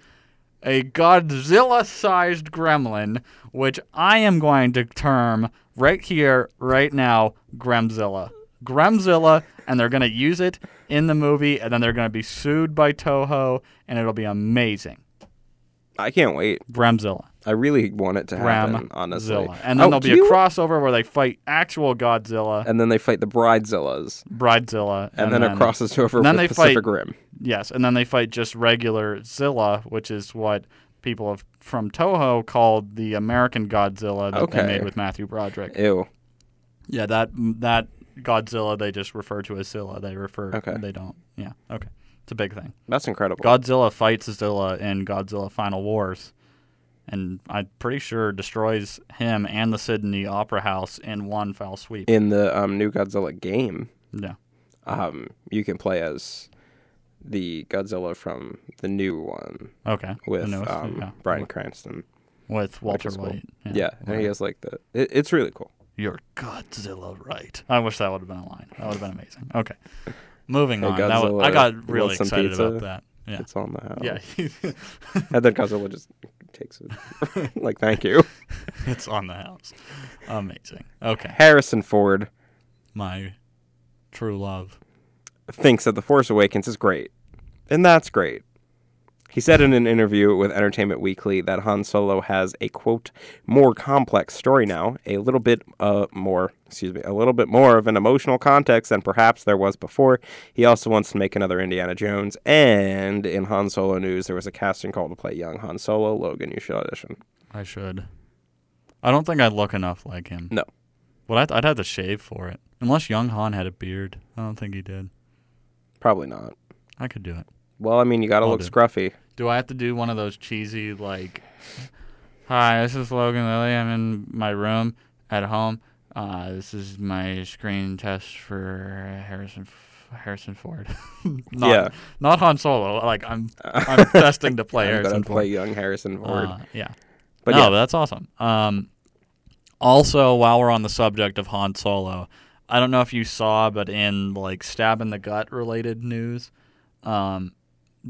[SPEAKER 6] a Godzilla sized gremlin, which I am going to term right here, right now, Gremzilla. Gremzilla, and they're going to use it in the movie, and then they're going to be sued by Toho, and it'll be amazing.
[SPEAKER 5] I can't wait.
[SPEAKER 6] Gremzilla.
[SPEAKER 5] I really want it to happen, honestly.
[SPEAKER 6] Gremzilla. And then
[SPEAKER 5] Oh,
[SPEAKER 6] there'll
[SPEAKER 5] do
[SPEAKER 6] be a
[SPEAKER 5] you-
[SPEAKER 6] crossover where they fight actual Godzilla,
[SPEAKER 5] And then they fight the Bridezillas.
[SPEAKER 6] Bridezilla,
[SPEAKER 5] And, then, it crosses over
[SPEAKER 6] and then
[SPEAKER 5] with
[SPEAKER 6] they
[SPEAKER 5] Pacific
[SPEAKER 6] fight-
[SPEAKER 5] Rim.
[SPEAKER 6] Yes, and then they fight just regular Zilla, which is what people have, from Toho called the American Godzilla that
[SPEAKER 5] Okay.
[SPEAKER 6] they made with Matthew Broderick.
[SPEAKER 5] Ew.
[SPEAKER 6] yeah, that that Godzilla they just refer to as Zilla. They refer.
[SPEAKER 5] Okay.
[SPEAKER 6] They don't. Yeah. Okay. It's a big thing.
[SPEAKER 5] That's incredible.
[SPEAKER 6] Godzilla fights Zilla in Godzilla Final Wars, and I'm pretty sure destroys him and the Sydney Opera House in one foul sweep.
[SPEAKER 5] In the um, new Godzilla game,
[SPEAKER 6] yeah.
[SPEAKER 5] um, you can play as the Godzilla from the new one
[SPEAKER 6] Okay. The
[SPEAKER 5] with
[SPEAKER 6] newest-
[SPEAKER 5] um,
[SPEAKER 6] yeah.
[SPEAKER 5] Bryan Cranston.
[SPEAKER 6] with Walter
[SPEAKER 5] is cool.
[SPEAKER 6] White.
[SPEAKER 5] Yeah, and he has like the. It, it's really cool.
[SPEAKER 6] You're Godzilla, right? I wish that would have been a line. That would have been amazing. Okay, moving
[SPEAKER 5] Hey,
[SPEAKER 6] on. That wa-
[SPEAKER 5] Godzilla,
[SPEAKER 6] I
[SPEAKER 5] you
[SPEAKER 6] got
[SPEAKER 5] want
[SPEAKER 6] really
[SPEAKER 5] some
[SPEAKER 6] excited about
[SPEAKER 5] pizza?
[SPEAKER 6] that. Yeah,
[SPEAKER 5] It's on the house.
[SPEAKER 6] yeah,
[SPEAKER 5] And then Godzilla just takes it. like, thank you.
[SPEAKER 6] it's on the house. Amazing. Okay,
[SPEAKER 5] Harrison Ford
[SPEAKER 6] my true love.
[SPEAKER 5] thinks that The Force Awakens is great. And that's great. He said in an interview with Entertainment Weekly that Han Solo has a quote more complex story now, a little bit uh, more, excuse me, a little bit more of an emotional context than perhaps there was before. He also wants to make another Indiana Jones, and in Han Solo news, there was a casting call to play young Han Solo. Logan, you should audition.
[SPEAKER 6] I should. I don't think I look enough like him.
[SPEAKER 5] No,
[SPEAKER 6] Well, I'd, I'd have to shave for it. Unless Young Han had a beard. I don't think he did.
[SPEAKER 5] probably not.
[SPEAKER 6] I could do it.
[SPEAKER 5] Well, I mean, you gotta
[SPEAKER 6] I'll
[SPEAKER 5] look
[SPEAKER 6] do it.
[SPEAKER 5] scruffy.
[SPEAKER 6] Do I have to do one of those cheesy like, "Hi, this is Logan Lilly. I'm in my room at home. Uh, this is my screen test for Harrison F- Harrison Ford. not,
[SPEAKER 5] Yeah.
[SPEAKER 6] not Han Solo. Like I'm I'm testing to play
[SPEAKER 5] I'm gonna
[SPEAKER 6] Harrison
[SPEAKER 5] play
[SPEAKER 6] Ford.
[SPEAKER 5] young Harrison Ford.
[SPEAKER 6] Uh, yeah,
[SPEAKER 5] But
[SPEAKER 6] no,
[SPEAKER 5] yeah.
[SPEAKER 6] but that's awesome. Um, also, while we're on the subject of Han Solo, I don't know if you saw, but in like stab in the gut related news, um,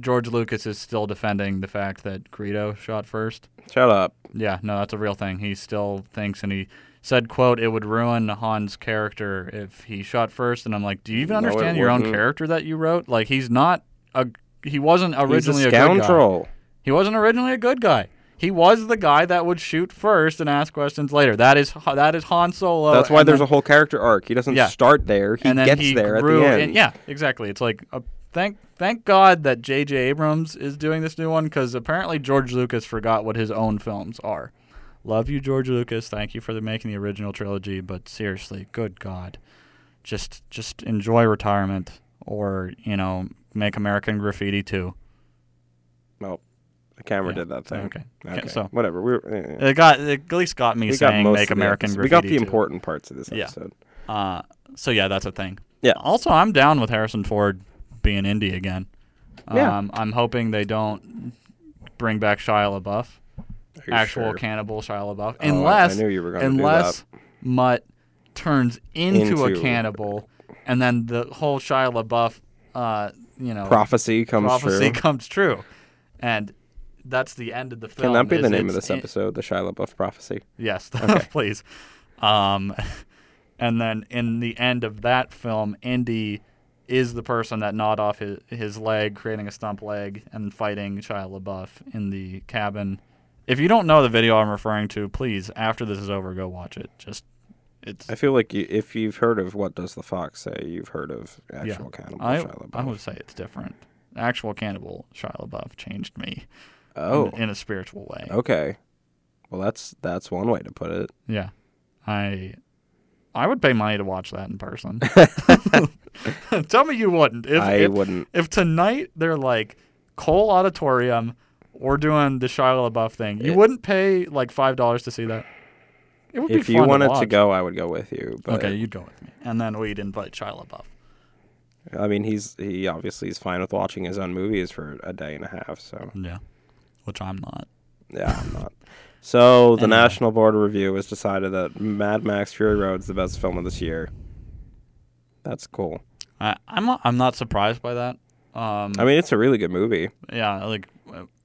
[SPEAKER 6] George Lucas is still defending the fact that Greedo shot first.
[SPEAKER 5] Shut up.
[SPEAKER 6] Yeah, no, that's a real thing. He still thinks, and he said, "quote It would ruin Han's character if he shot first. And I'm like, do you even
[SPEAKER 5] No, it
[SPEAKER 6] understand your own
[SPEAKER 5] wouldn't.
[SPEAKER 6] character that you wrote? Like, he's not a he wasn't originally
[SPEAKER 5] He's a
[SPEAKER 6] good guy.
[SPEAKER 5] scoundrel.
[SPEAKER 6] He wasn't originally a good guy. He was the guy that would shoot first and ask questions later. That is that is Han Solo.
[SPEAKER 5] That's why
[SPEAKER 6] Oh, and
[SPEAKER 5] there's
[SPEAKER 6] then-
[SPEAKER 5] a whole character arc. He doesn't
[SPEAKER 6] Yeah.
[SPEAKER 5] start there. He
[SPEAKER 6] and then
[SPEAKER 5] gets
[SPEAKER 6] he
[SPEAKER 5] there
[SPEAKER 6] grew,
[SPEAKER 5] at the
[SPEAKER 6] and-
[SPEAKER 5] end.
[SPEAKER 6] yeah, exactly. It's like a, thank thank God that J.J. Abrams is doing this new one because apparently George Lucas forgot what his own films are. Love you, George Lucas. Thank you for the, making the original trilogy, but seriously, good God, just just enjoy retirement or you know make American Graffiti too.
[SPEAKER 5] Well, the camera
[SPEAKER 6] Yeah.
[SPEAKER 5] did that thing.
[SPEAKER 6] Okay. Okay,
[SPEAKER 5] Okay.
[SPEAKER 6] so-
[SPEAKER 5] whatever. We were, eh, eh.
[SPEAKER 6] It got it at least got me
[SPEAKER 5] we got
[SPEAKER 6] saying
[SPEAKER 5] most
[SPEAKER 6] make
[SPEAKER 5] of the
[SPEAKER 6] American
[SPEAKER 5] episode.
[SPEAKER 6] Graffiti.
[SPEAKER 5] We got the
[SPEAKER 6] too.
[SPEAKER 5] important parts of this
[SPEAKER 6] Yeah.
[SPEAKER 5] episode.
[SPEAKER 6] Uh, so yeah, that's a thing.
[SPEAKER 5] Yeah.
[SPEAKER 6] Also, I'm down with Harrison Ford being indie again.
[SPEAKER 5] Yeah.
[SPEAKER 6] Um, I'm hoping they don't bring back Shia LaBeouf,
[SPEAKER 5] Are you
[SPEAKER 6] actual
[SPEAKER 5] sure? Oh,
[SPEAKER 6] cannibal Shia LaBeouf,
[SPEAKER 5] I
[SPEAKER 6] unless
[SPEAKER 5] knew you were gonna do
[SPEAKER 6] unless Mutt turns into, a
[SPEAKER 5] Into-
[SPEAKER 6] cannibal, and then the whole Shia LaBeouf, uh, you know,
[SPEAKER 5] Prophecy comes
[SPEAKER 6] prophecy
[SPEAKER 5] true.
[SPEAKER 6] comes true, and that's the end of the film.
[SPEAKER 5] Can that be
[SPEAKER 6] is
[SPEAKER 5] the name
[SPEAKER 6] it's
[SPEAKER 5] of this
[SPEAKER 6] in-
[SPEAKER 5] episode? The Shia LaBeouf prophecy.
[SPEAKER 6] Yes, please. Um, and then in the end of that film, Indy is the person that gnawed off his, his leg, creating a stump leg, and fighting Shia LaBeouf in the cabin. If you don't know the video I'm referring to, please, after this is over, go watch it. Just it's
[SPEAKER 5] I feel like you, if you've heard of What Does the Fox Say, you've heard of actual cannibal
[SPEAKER 6] I,
[SPEAKER 5] Shia
[SPEAKER 6] I
[SPEAKER 5] LaBeouf.
[SPEAKER 6] would say it's different. Actual cannibal Shia LaBeouf changed me
[SPEAKER 5] oh,
[SPEAKER 6] in, in a spiritual way.
[SPEAKER 5] okay. Well, that's that's one way to put it.
[SPEAKER 6] Yeah, I I would pay money to watch that in person. Tell me you wouldn't. If,
[SPEAKER 5] I
[SPEAKER 6] if,
[SPEAKER 5] wouldn't.
[SPEAKER 6] If tonight they're like Cole Auditorium, we're doing the Shia LaBeouf thing. You wouldn't pay like five dollars to see that. It would
[SPEAKER 5] If
[SPEAKER 6] be
[SPEAKER 5] you
[SPEAKER 6] fun to
[SPEAKER 5] wanted to,
[SPEAKER 6] watch.
[SPEAKER 5] go, I would go with you. But
[SPEAKER 6] okay, you'd go with me, and then we'd invite Shia LaBeouf.
[SPEAKER 5] I mean, he's he obviously is fine with watching his own movies for a day and a half. So
[SPEAKER 6] Yeah, which I'm not.
[SPEAKER 5] Yeah, I'm not. So the
[SPEAKER 6] Anyway.
[SPEAKER 5] National Board of Review has decided that Mad Max Fury Road is the best film of this year. That's cool.
[SPEAKER 6] I, I'm not, I'm not surprised by that. Um,
[SPEAKER 5] I mean, it's a really good movie.
[SPEAKER 6] yeah, like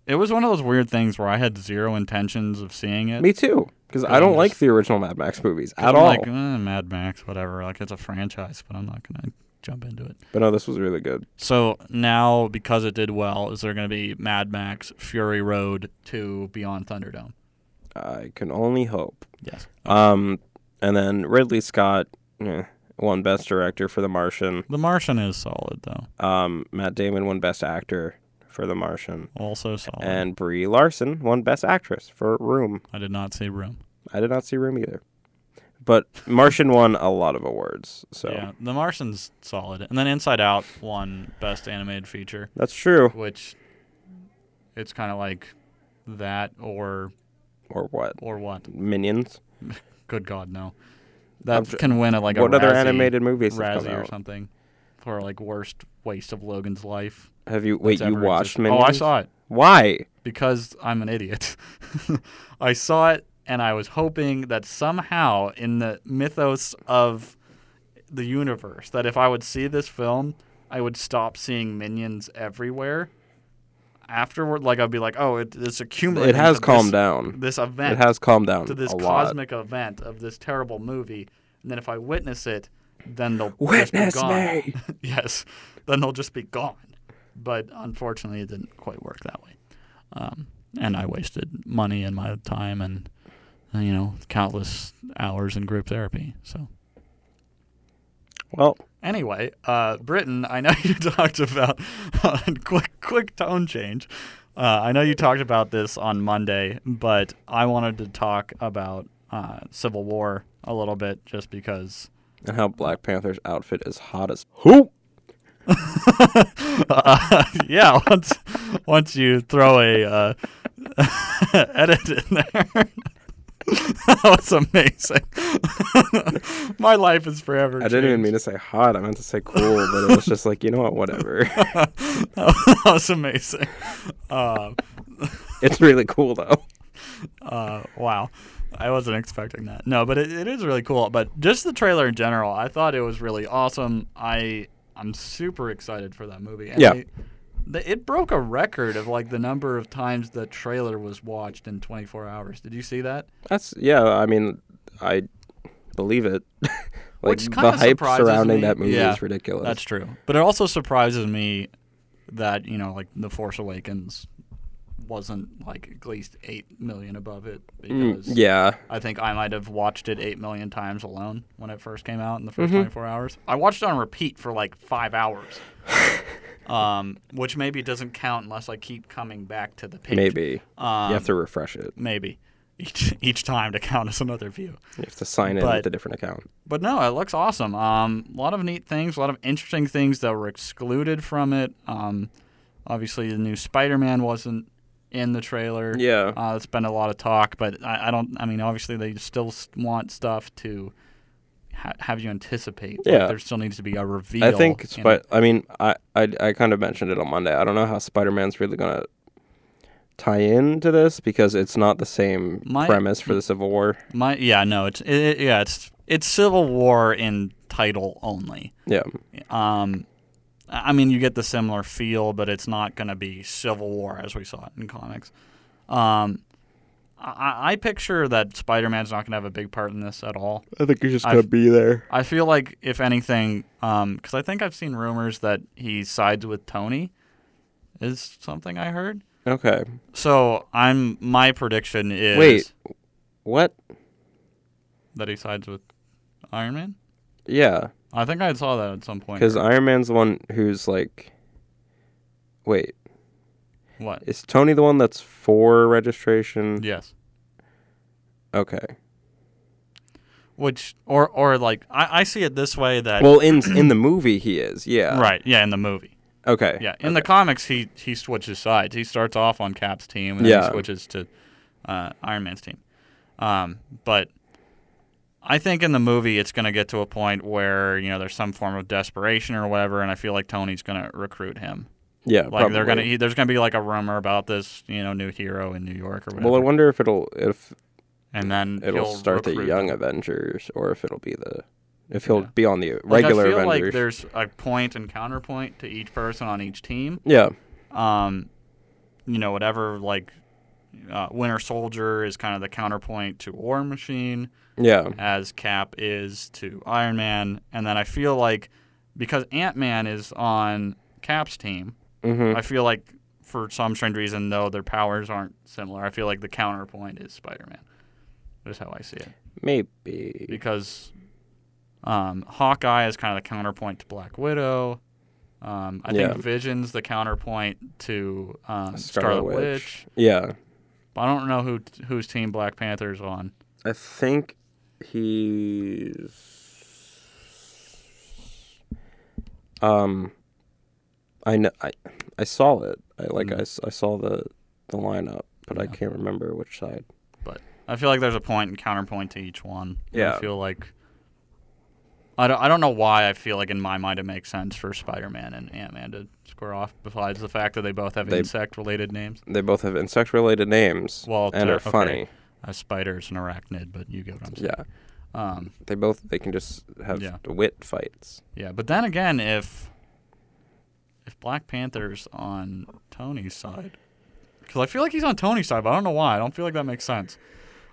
[SPEAKER 6] it was one of those weird things where I had zero intentions of seeing it.
[SPEAKER 5] Me too, because I don't
[SPEAKER 6] I'm
[SPEAKER 5] like
[SPEAKER 6] just-
[SPEAKER 5] the original Mad Max movies at
[SPEAKER 6] I'm
[SPEAKER 5] all.
[SPEAKER 6] Like eh, Mad Max, whatever. Like it's a franchise, but I'm not gonna jump into it.
[SPEAKER 5] But no, this was really good.
[SPEAKER 6] So now, because it did well, is there gonna be Mad Max Fury Road to Beyond Thunderdome?
[SPEAKER 5] I can only hope.
[SPEAKER 6] Yes.
[SPEAKER 5] Um, and then Ridley Scott eh, won Best Director for The Martian.
[SPEAKER 6] The Martian is solid though.
[SPEAKER 5] Um, Matt Damon won Best Actor for The Martian,
[SPEAKER 6] Also solid.
[SPEAKER 5] and Brie Larson won Best Actress for Room.
[SPEAKER 6] I did not see Room.
[SPEAKER 5] I did not see Room either. But Martian won a lot of awards, so
[SPEAKER 6] Yeah, The Martian's solid, and then Inside Out won Best Animated Feature,
[SPEAKER 5] that's true.
[SPEAKER 6] which it's kind of like that or
[SPEAKER 5] Or what?
[SPEAKER 6] or what?
[SPEAKER 5] Minions.
[SPEAKER 6] Good God, no!
[SPEAKER 5] I'm
[SPEAKER 6] That
[SPEAKER 5] tr-
[SPEAKER 6] can win at like a
[SPEAKER 5] what other
[SPEAKER 6] Razzie-
[SPEAKER 5] animated movies have
[SPEAKER 6] Razzie
[SPEAKER 5] come
[SPEAKER 6] or
[SPEAKER 5] out?
[SPEAKER 6] something for like worst waste of Logan's life.
[SPEAKER 5] Have you wait?
[SPEAKER 6] that's
[SPEAKER 5] You
[SPEAKER 6] ever
[SPEAKER 5] watched
[SPEAKER 6] existed.
[SPEAKER 5] Minions?
[SPEAKER 6] Oh, I saw it
[SPEAKER 5] Why?
[SPEAKER 6] because I'm an idiot. I saw it and I was hoping that somehow in the mythos of the universe that if I would see this film, I would stop seeing minions everywhere. Afterward, like I'd be like, oh, it, it's accumulating.
[SPEAKER 5] It has
[SPEAKER 6] to this-
[SPEAKER 5] calmed down.
[SPEAKER 6] This event
[SPEAKER 5] It has calmed down
[SPEAKER 6] to this
[SPEAKER 5] a lot.
[SPEAKER 6] cosmic event of this terrible movie, and then if I witness it, then they'll
[SPEAKER 5] Witness
[SPEAKER 6] just be gone.
[SPEAKER 5] me.
[SPEAKER 6] yes, then they'll just be gone. But unfortunately, it didn't quite work that way, um, and I wasted money and my time and uh, you know countless hours in group therapy. So
[SPEAKER 5] Well,
[SPEAKER 6] anyway, uh, Britain, I know you talked about quick quick tone change. Uh, I know you talked about this on Monday, but I wanted to talk about uh, Civil War a little bit just because
[SPEAKER 5] and how Black Panther's outfit is hot as
[SPEAKER 7] Who?
[SPEAKER 6] uh, yeah, once once you throw a uh, edit in there, that was amazing. My life is forever.
[SPEAKER 5] I didn't even mean to say hot. I meant to say cool, but it was just like you know what, whatever.
[SPEAKER 6] that was amazing. Um,
[SPEAKER 5] it's really cool though.
[SPEAKER 6] uh, wow. I wasn't expecting that. No, but it, it is really cool. But just the trailer in general, I thought it was really awesome. I I'm super excited for that movie. And
[SPEAKER 5] Yeah.
[SPEAKER 6] they- the, it broke a record of like the number of times the trailer was watched in 24 hours. Did you see that?
[SPEAKER 5] That's yeah. I mean, I believe it. like
[SPEAKER 6] Which
[SPEAKER 5] the
[SPEAKER 6] kinda
[SPEAKER 5] hype
[SPEAKER 6] surprises
[SPEAKER 5] surrounding
[SPEAKER 6] me.
[SPEAKER 5] that movie
[SPEAKER 6] Yeah,
[SPEAKER 5] is ridiculous.
[SPEAKER 6] That's true. But it also surprises me that, you know, like The Force Awakens wasn't like at least 8 million above it
[SPEAKER 5] Mm,
[SPEAKER 6] because
[SPEAKER 5] yeah,
[SPEAKER 6] I think I might have watched it 8 million times alone when it first came out in the 1st 24 hours. I watched it on repeat for like five hours, um, which maybe doesn't count unless I keep coming back to the page.
[SPEAKER 5] maybe you
[SPEAKER 6] Um,
[SPEAKER 5] have to refresh it.
[SPEAKER 6] Maybe. Each, each time to count as another view.
[SPEAKER 5] You have to sign in
[SPEAKER 6] but-
[SPEAKER 5] with a different account.
[SPEAKER 6] But no, it looks awesome. Um, a lot of neat things, a lot of interesting things that were excluded from it. Um, obviously, the new Spider Man wasn't in the trailer.
[SPEAKER 5] Yeah.
[SPEAKER 6] Uh, it's been a lot of talk, but I, I don't. I mean, obviously, they still s- want stuff to ha- have you anticipate. Like,
[SPEAKER 5] Yeah.
[SPEAKER 6] there still needs to be a reveal.
[SPEAKER 5] I think,
[SPEAKER 6] in-
[SPEAKER 5] but I mean, I I, I kind of mentioned it on Monday. I don't know how Spider Man's really gonna tie into this because it's not the same
[SPEAKER 6] My-
[SPEAKER 5] premise for the Civil War.
[SPEAKER 6] my yeah, no, it's it, yeah, it's it's Civil War in title only.
[SPEAKER 5] Yeah,
[SPEAKER 6] Um, I I mean, you get the similar feel, but it's not going to be Civil War as we saw it in comics. Um, I- I, I picture that Spider Man's not going to have a big part in this at all.
[SPEAKER 5] I think he's just
[SPEAKER 6] gonna I've-
[SPEAKER 5] be there.
[SPEAKER 6] I feel like, if anything, because I think I've seen rumors that he sides with Tony, is something I heard.
[SPEAKER 5] Okay,
[SPEAKER 6] So I'm my prediction is
[SPEAKER 5] wait, what?
[SPEAKER 6] that he sides with Iron Man.
[SPEAKER 5] Yeah,
[SPEAKER 6] I think I saw that at some point.
[SPEAKER 5] because Iron Man's the one who's like, wait,
[SPEAKER 6] what?
[SPEAKER 5] is Tony the one that's for registration?
[SPEAKER 6] Yes.
[SPEAKER 5] Okay.
[SPEAKER 6] Which or or like I, I see it this way that
[SPEAKER 5] Well, in in the movie he is. Yeah.
[SPEAKER 6] Right. Yeah, in the movie.
[SPEAKER 5] Okay.
[SPEAKER 6] Yeah, in the comics, he he switches sides. He starts off on Cap's team, and then
[SPEAKER 5] Yeah.
[SPEAKER 6] he switches to uh, Iron Man's team. Um, but I think in the movie, it's going to get to a point where you know there's some form of desperation or whatever, and I feel like Tony's going to recruit him
[SPEAKER 5] Yeah,
[SPEAKER 6] Like they're gonna he- there's gonna be like a rumor about this you know new hero in New York or whatever.
[SPEAKER 5] Well, I wonder if it'll if
[SPEAKER 6] and then
[SPEAKER 5] it'll
[SPEAKER 6] he'll
[SPEAKER 5] start the
[SPEAKER 6] recruit
[SPEAKER 5] Young
[SPEAKER 6] them.
[SPEAKER 5] Avengers or if it'll be the if he'll
[SPEAKER 6] Yeah.
[SPEAKER 5] be on the
[SPEAKER 6] Like,
[SPEAKER 5] regular
[SPEAKER 6] I feel like
[SPEAKER 5] Avengers.
[SPEAKER 6] there's a point and counterpoint to each person on each team.
[SPEAKER 5] yeah,
[SPEAKER 6] um, you know, whatever like uh, Winter Soldier is kind of the counterpoint to War Machine,
[SPEAKER 5] yeah,
[SPEAKER 6] as Cap is to Iron Man, and then I feel like because Ant Man is on Cap's team,
[SPEAKER 5] hmm
[SPEAKER 6] I feel like for some strange reason though their powers aren't similar. I feel like the counterpoint is Spider Man. That's how I see it
[SPEAKER 5] maybe.
[SPEAKER 6] because um, Hawkeye is kind of the counterpoint to Black Widow. Um, I
[SPEAKER 5] Yeah.
[SPEAKER 6] think Vision's the counterpoint to um, Scarlet, Witch.
[SPEAKER 5] Yeah,
[SPEAKER 6] But I don't know who whose team Black Panther's on.
[SPEAKER 5] I think he's. Um, I know I, I saw it. I like
[SPEAKER 6] Mm-hmm.
[SPEAKER 5] I s I I, saw the the lineup, but I can't remember which side.
[SPEAKER 6] But I feel like there's a point and counterpoint to each one. And
[SPEAKER 5] Yeah.
[SPEAKER 6] I feel like I don't, I don't know why I feel like in my mind it makes sense for Spider-Man and Ant-Man to square off besides the fact that they both have
[SPEAKER 5] They-
[SPEAKER 6] insect-related names.
[SPEAKER 5] They both have insect related names
[SPEAKER 6] Well,
[SPEAKER 5] and
[SPEAKER 6] te-
[SPEAKER 5] are
[SPEAKER 6] okay.
[SPEAKER 5] funny.
[SPEAKER 6] A spider's an arachnid, but you get what I'm saying.
[SPEAKER 5] Yeah,
[SPEAKER 6] Um,
[SPEAKER 5] they both they can just have
[SPEAKER 6] Yeah.
[SPEAKER 5] wit fights.
[SPEAKER 6] Yeah, but then again, if if Black Panther's on Tony's side, because I feel like he's on Tony's side, but I don't know why. I don't feel like that makes sense.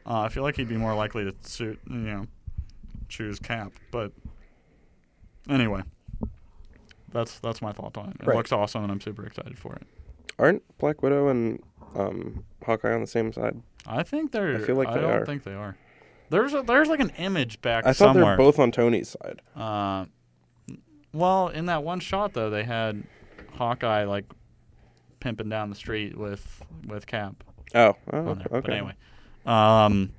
[SPEAKER 6] Uh, I feel like he'd be more likely to suit, you know, choose Cap. But anyway, that's that's my thought on it. It
[SPEAKER 5] Right.
[SPEAKER 6] looks awesome, and I'm super excited for it.
[SPEAKER 5] Aren't Black Widow and um, Hawkeye on the same side?
[SPEAKER 6] I think they're. I
[SPEAKER 5] feel like they
[SPEAKER 6] don't
[SPEAKER 5] are.
[SPEAKER 6] think they are. There's a, there's like an image back
[SPEAKER 5] I thought
[SPEAKER 6] somewhere.
[SPEAKER 5] they're both on Tony's side.
[SPEAKER 6] Uh, well, in that one shot though, they had Hawkeye like pimping down the street with with Cap.
[SPEAKER 5] Oh, oh
[SPEAKER 6] On there.
[SPEAKER 5] okay.
[SPEAKER 6] But anyway, um,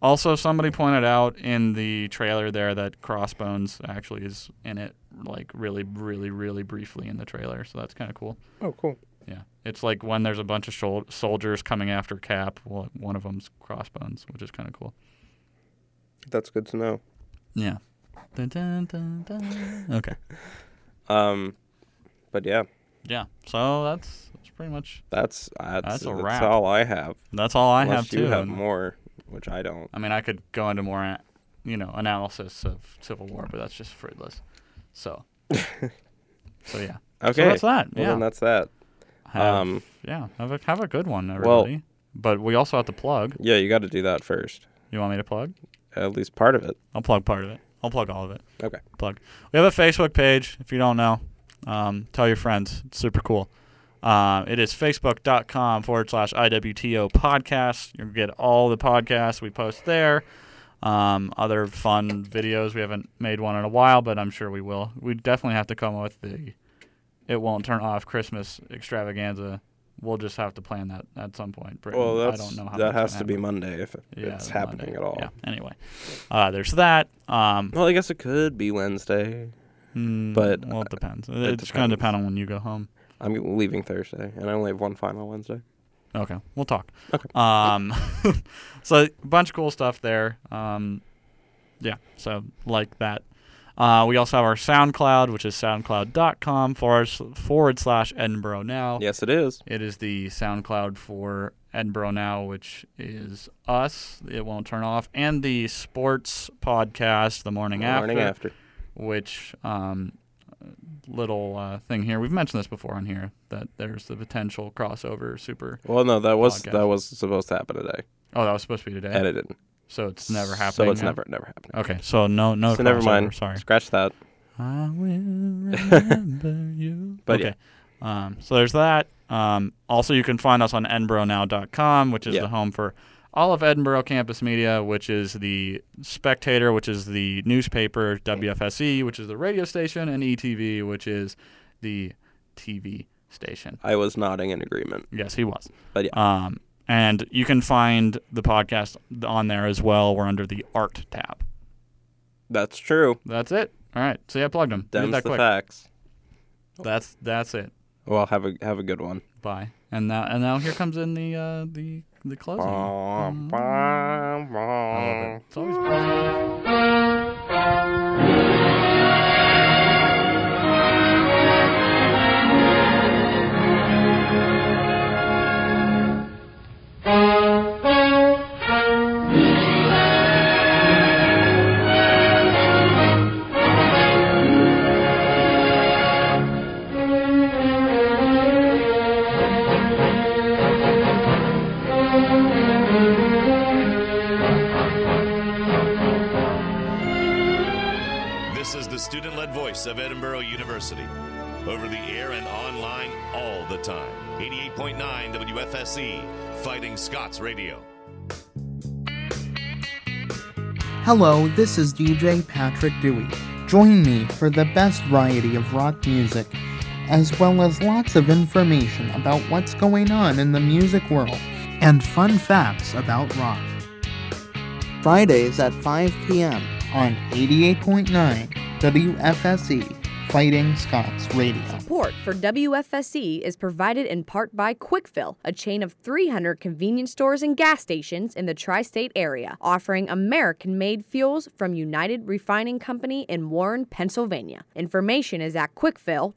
[SPEAKER 6] also somebody pointed out in the trailer there that Crossbones actually is in it like really, really, really briefly in the trailer, so that's kind of cool.
[SPEAKER 5] Oh, cool.
[SPEAKER 6] Yeah, it's like when there's a bunch of shol- soldiers coming after Cap. Well, one of them's Crossbones, which is kind of cool.
[SPEAKER 5] That's good to know.
[SPEAKER 6] Yeah. Dun, dun, dun, dun. Okay.
[SPEAKER 5] Um, but yeah,
[SPEAKER 6] Yeah. So that's that's pretty much
[SPEAKER 5] that's that's,
[SPEAKER 6] That's a
[SPEAKER 5] that's
[SPEAKER 6] wrap.
[SPEAKER 5] all I have.
[SPEAKER 6] that's all I
[SPEAKER 5] Unless
[SPEAKER 6] have
[SPEAKER 5] you
[SPEAKER 6] too.
[SPEAKER 5] have
[SPEAKER 6] And-
[SPEAKER 5] more, which I don't.
[SPEAKER 6] I mean, I could go into more, a- you know, analysis of Civil War, but that's just fruitless. So. so yeah.
[SPEAKER 5] Okay,
[SPEAKER 6] that's that,
[SPEAKER 5] Well,
[SPEAKER 6] yeah.
[SPEAKER 5] then that's that.
[SPEAKER 6] Have,
[SPEAKER 5] Um,
[SPEAKER 6] yeah. Have a have a good one,
[SPEAKER 5] well-
[SPEAKER 6] everybody. but we also have to plug.
[SPEAKER 5] Yeah, you got to do that first.
[SPEAKER 6] You want me to plug?
[SPEAKER 5] At least part of it.
[SPEAKER 6] I'll plug part of it. I'll plug all of it.
[SPEAKER 5] Okay.
[SPEAKER 6] plug. We have a Facebook page. If you don't know, um, tell your friends. It's super cool. Uh, it is facebook.com forward slash IWTO podcast. You'll get all the podcasts we post there. Um, other fun videos. We haven't made one in a while, but I'm sure we will. We definitely have to come with the It Won't Turn Off Christmas extravaganza. We'll just have to plan that at some point. Britton,
[SPEAKER 5] Well, that's
[SPEAKER 6] I don't know how
[SPEAKER 5] that has
[SPEAKER 6] that's
[SPEAKER 5] to
[SPEAKER 6] gonna
[SPEAKER 5] be
[SPEAKER 6] happen.
[SPEAKER 5] Monday if
[SPEAKER 6] Yeah,
[SPEAKER 5] it's
[SPEAKER 6] Monday.
[SPEAKER 5] happening at all.
[SPEAKER 6] Yeah. Anyway, uh, there's that. Um,
[SPEAKER 5] Well, I guess it could be Wednesday.
[SPEAKER 6] Mm,
[SPEAKER 5] But,
[SPEAKER 6] well,
[SPEAKER 5] uh,
[SPEAKER 6] it depends. It,
[SPEAKER 5] it
[SPEAKER 6] just kind of
[SPEAKER 5] depends.
[SPEAKER 6] depends on when you go home.
[SPEAKER 5] I'm leaving Thursday, and I only have one final Wednesday.
[SPEAKER 6] Okay, we'll talk.
[SPEAKER 5] Okay.
[SPEAKER 6] Um, so a bunch of cool stuff there. Um, yeah, so like that. Uh, we also have our SoundCloud, which is soundcloud.com forward s- forward slash Edinburgh Now.
[SPEAKER 5] Yes, it is.
[SPEAKER 6] It is the SoundCloud for Edinburgh Now, which is us. It won't turn off, and the sports podcast, the morning after.
[SPEAKER 5] Morning after.
[SPEAKER 6] which um, little uh, thing here we've mentioned this before on here that there's the potential crossover super
[SPEAKER 5] Well, no, that was
[SPEAKER 6] Podcast.
[SPEAKER 5] that was supposed to happen today,
[SPEAKER 6] oh that was supposed to be today
[SPEAKER 5] and it didn't.
[SPEAKER 6] so it's never happening
[SPEAKER 5] So it's
[SPEAKER 6] now?
[SPEAKER 5] never never happening.
[SPEAKER 6] okay so no no
[SPEAKER 5] so never
[SPEAKER 6] crossover,
[SPEAKER 5] mind.
[SPEAKER 6] sorry
[SPEAKER 5] Scratch that.
[SPEAKER 6] I will remember you
[SPEAKER 5] But
[SPEAKER 6] okay um, so there's that um, also you can find us on edinburghnow.com which is
[SPEAKER 5] Yeah.
[SPEAKER 6] the home for all of Edinburgh campus media, which is the Spectator, which is the newspaper, WFSE, E, which is the radio station, and ETV, which is the TV station.
[SPEAKER 5] I was nodding in agreement.
[SPEAKER 6] Yes, he was.
[SPEAKER 5] But yeah.
[SPEAKER 6] Um, and you can find the podcast on there as well. We're under the art tab.
[SPEAKER 5] That's true.
[SPEAKER 6] That's it. All right. See, I plugged him. Did
[SPEAKER 5] Them's
[SPEAKER 6] that
[SPEAKER 5] the
[SPEAKER 6] quick.
[SPEAKER 5] facts.
[SPEAKER 6] That's that's it.
[SPEAKER 5] Well, have a have a good one.
[SPEAKER 6] Bye. And now and now here comes in the uh, the the closing. Mm. I love it. It's always positive.
[SPEAKER 2] This is the student led voice of Edinburgh University. Over the air and online all the time. 88.9 WFSE, E, Fighting Scots Radio.
[SPEAKER 8] Hello, this is DJ Patrick Dewey. Join me for the best variety of rock music, as well as lots of information about what's going on in the music world and fun facts about rock. Fridays at 5 p.m. on 88.9 WFSE E, Fighting Scots Radio.
[SPEAKER 3] Support for WFSE is provided in part by Quickfill, a chain of 300 convenience stores and gas stations in the tri state area, offering American made fuels from United Refining Company in Warren, Pennsylvania. Information is at quickfill.com.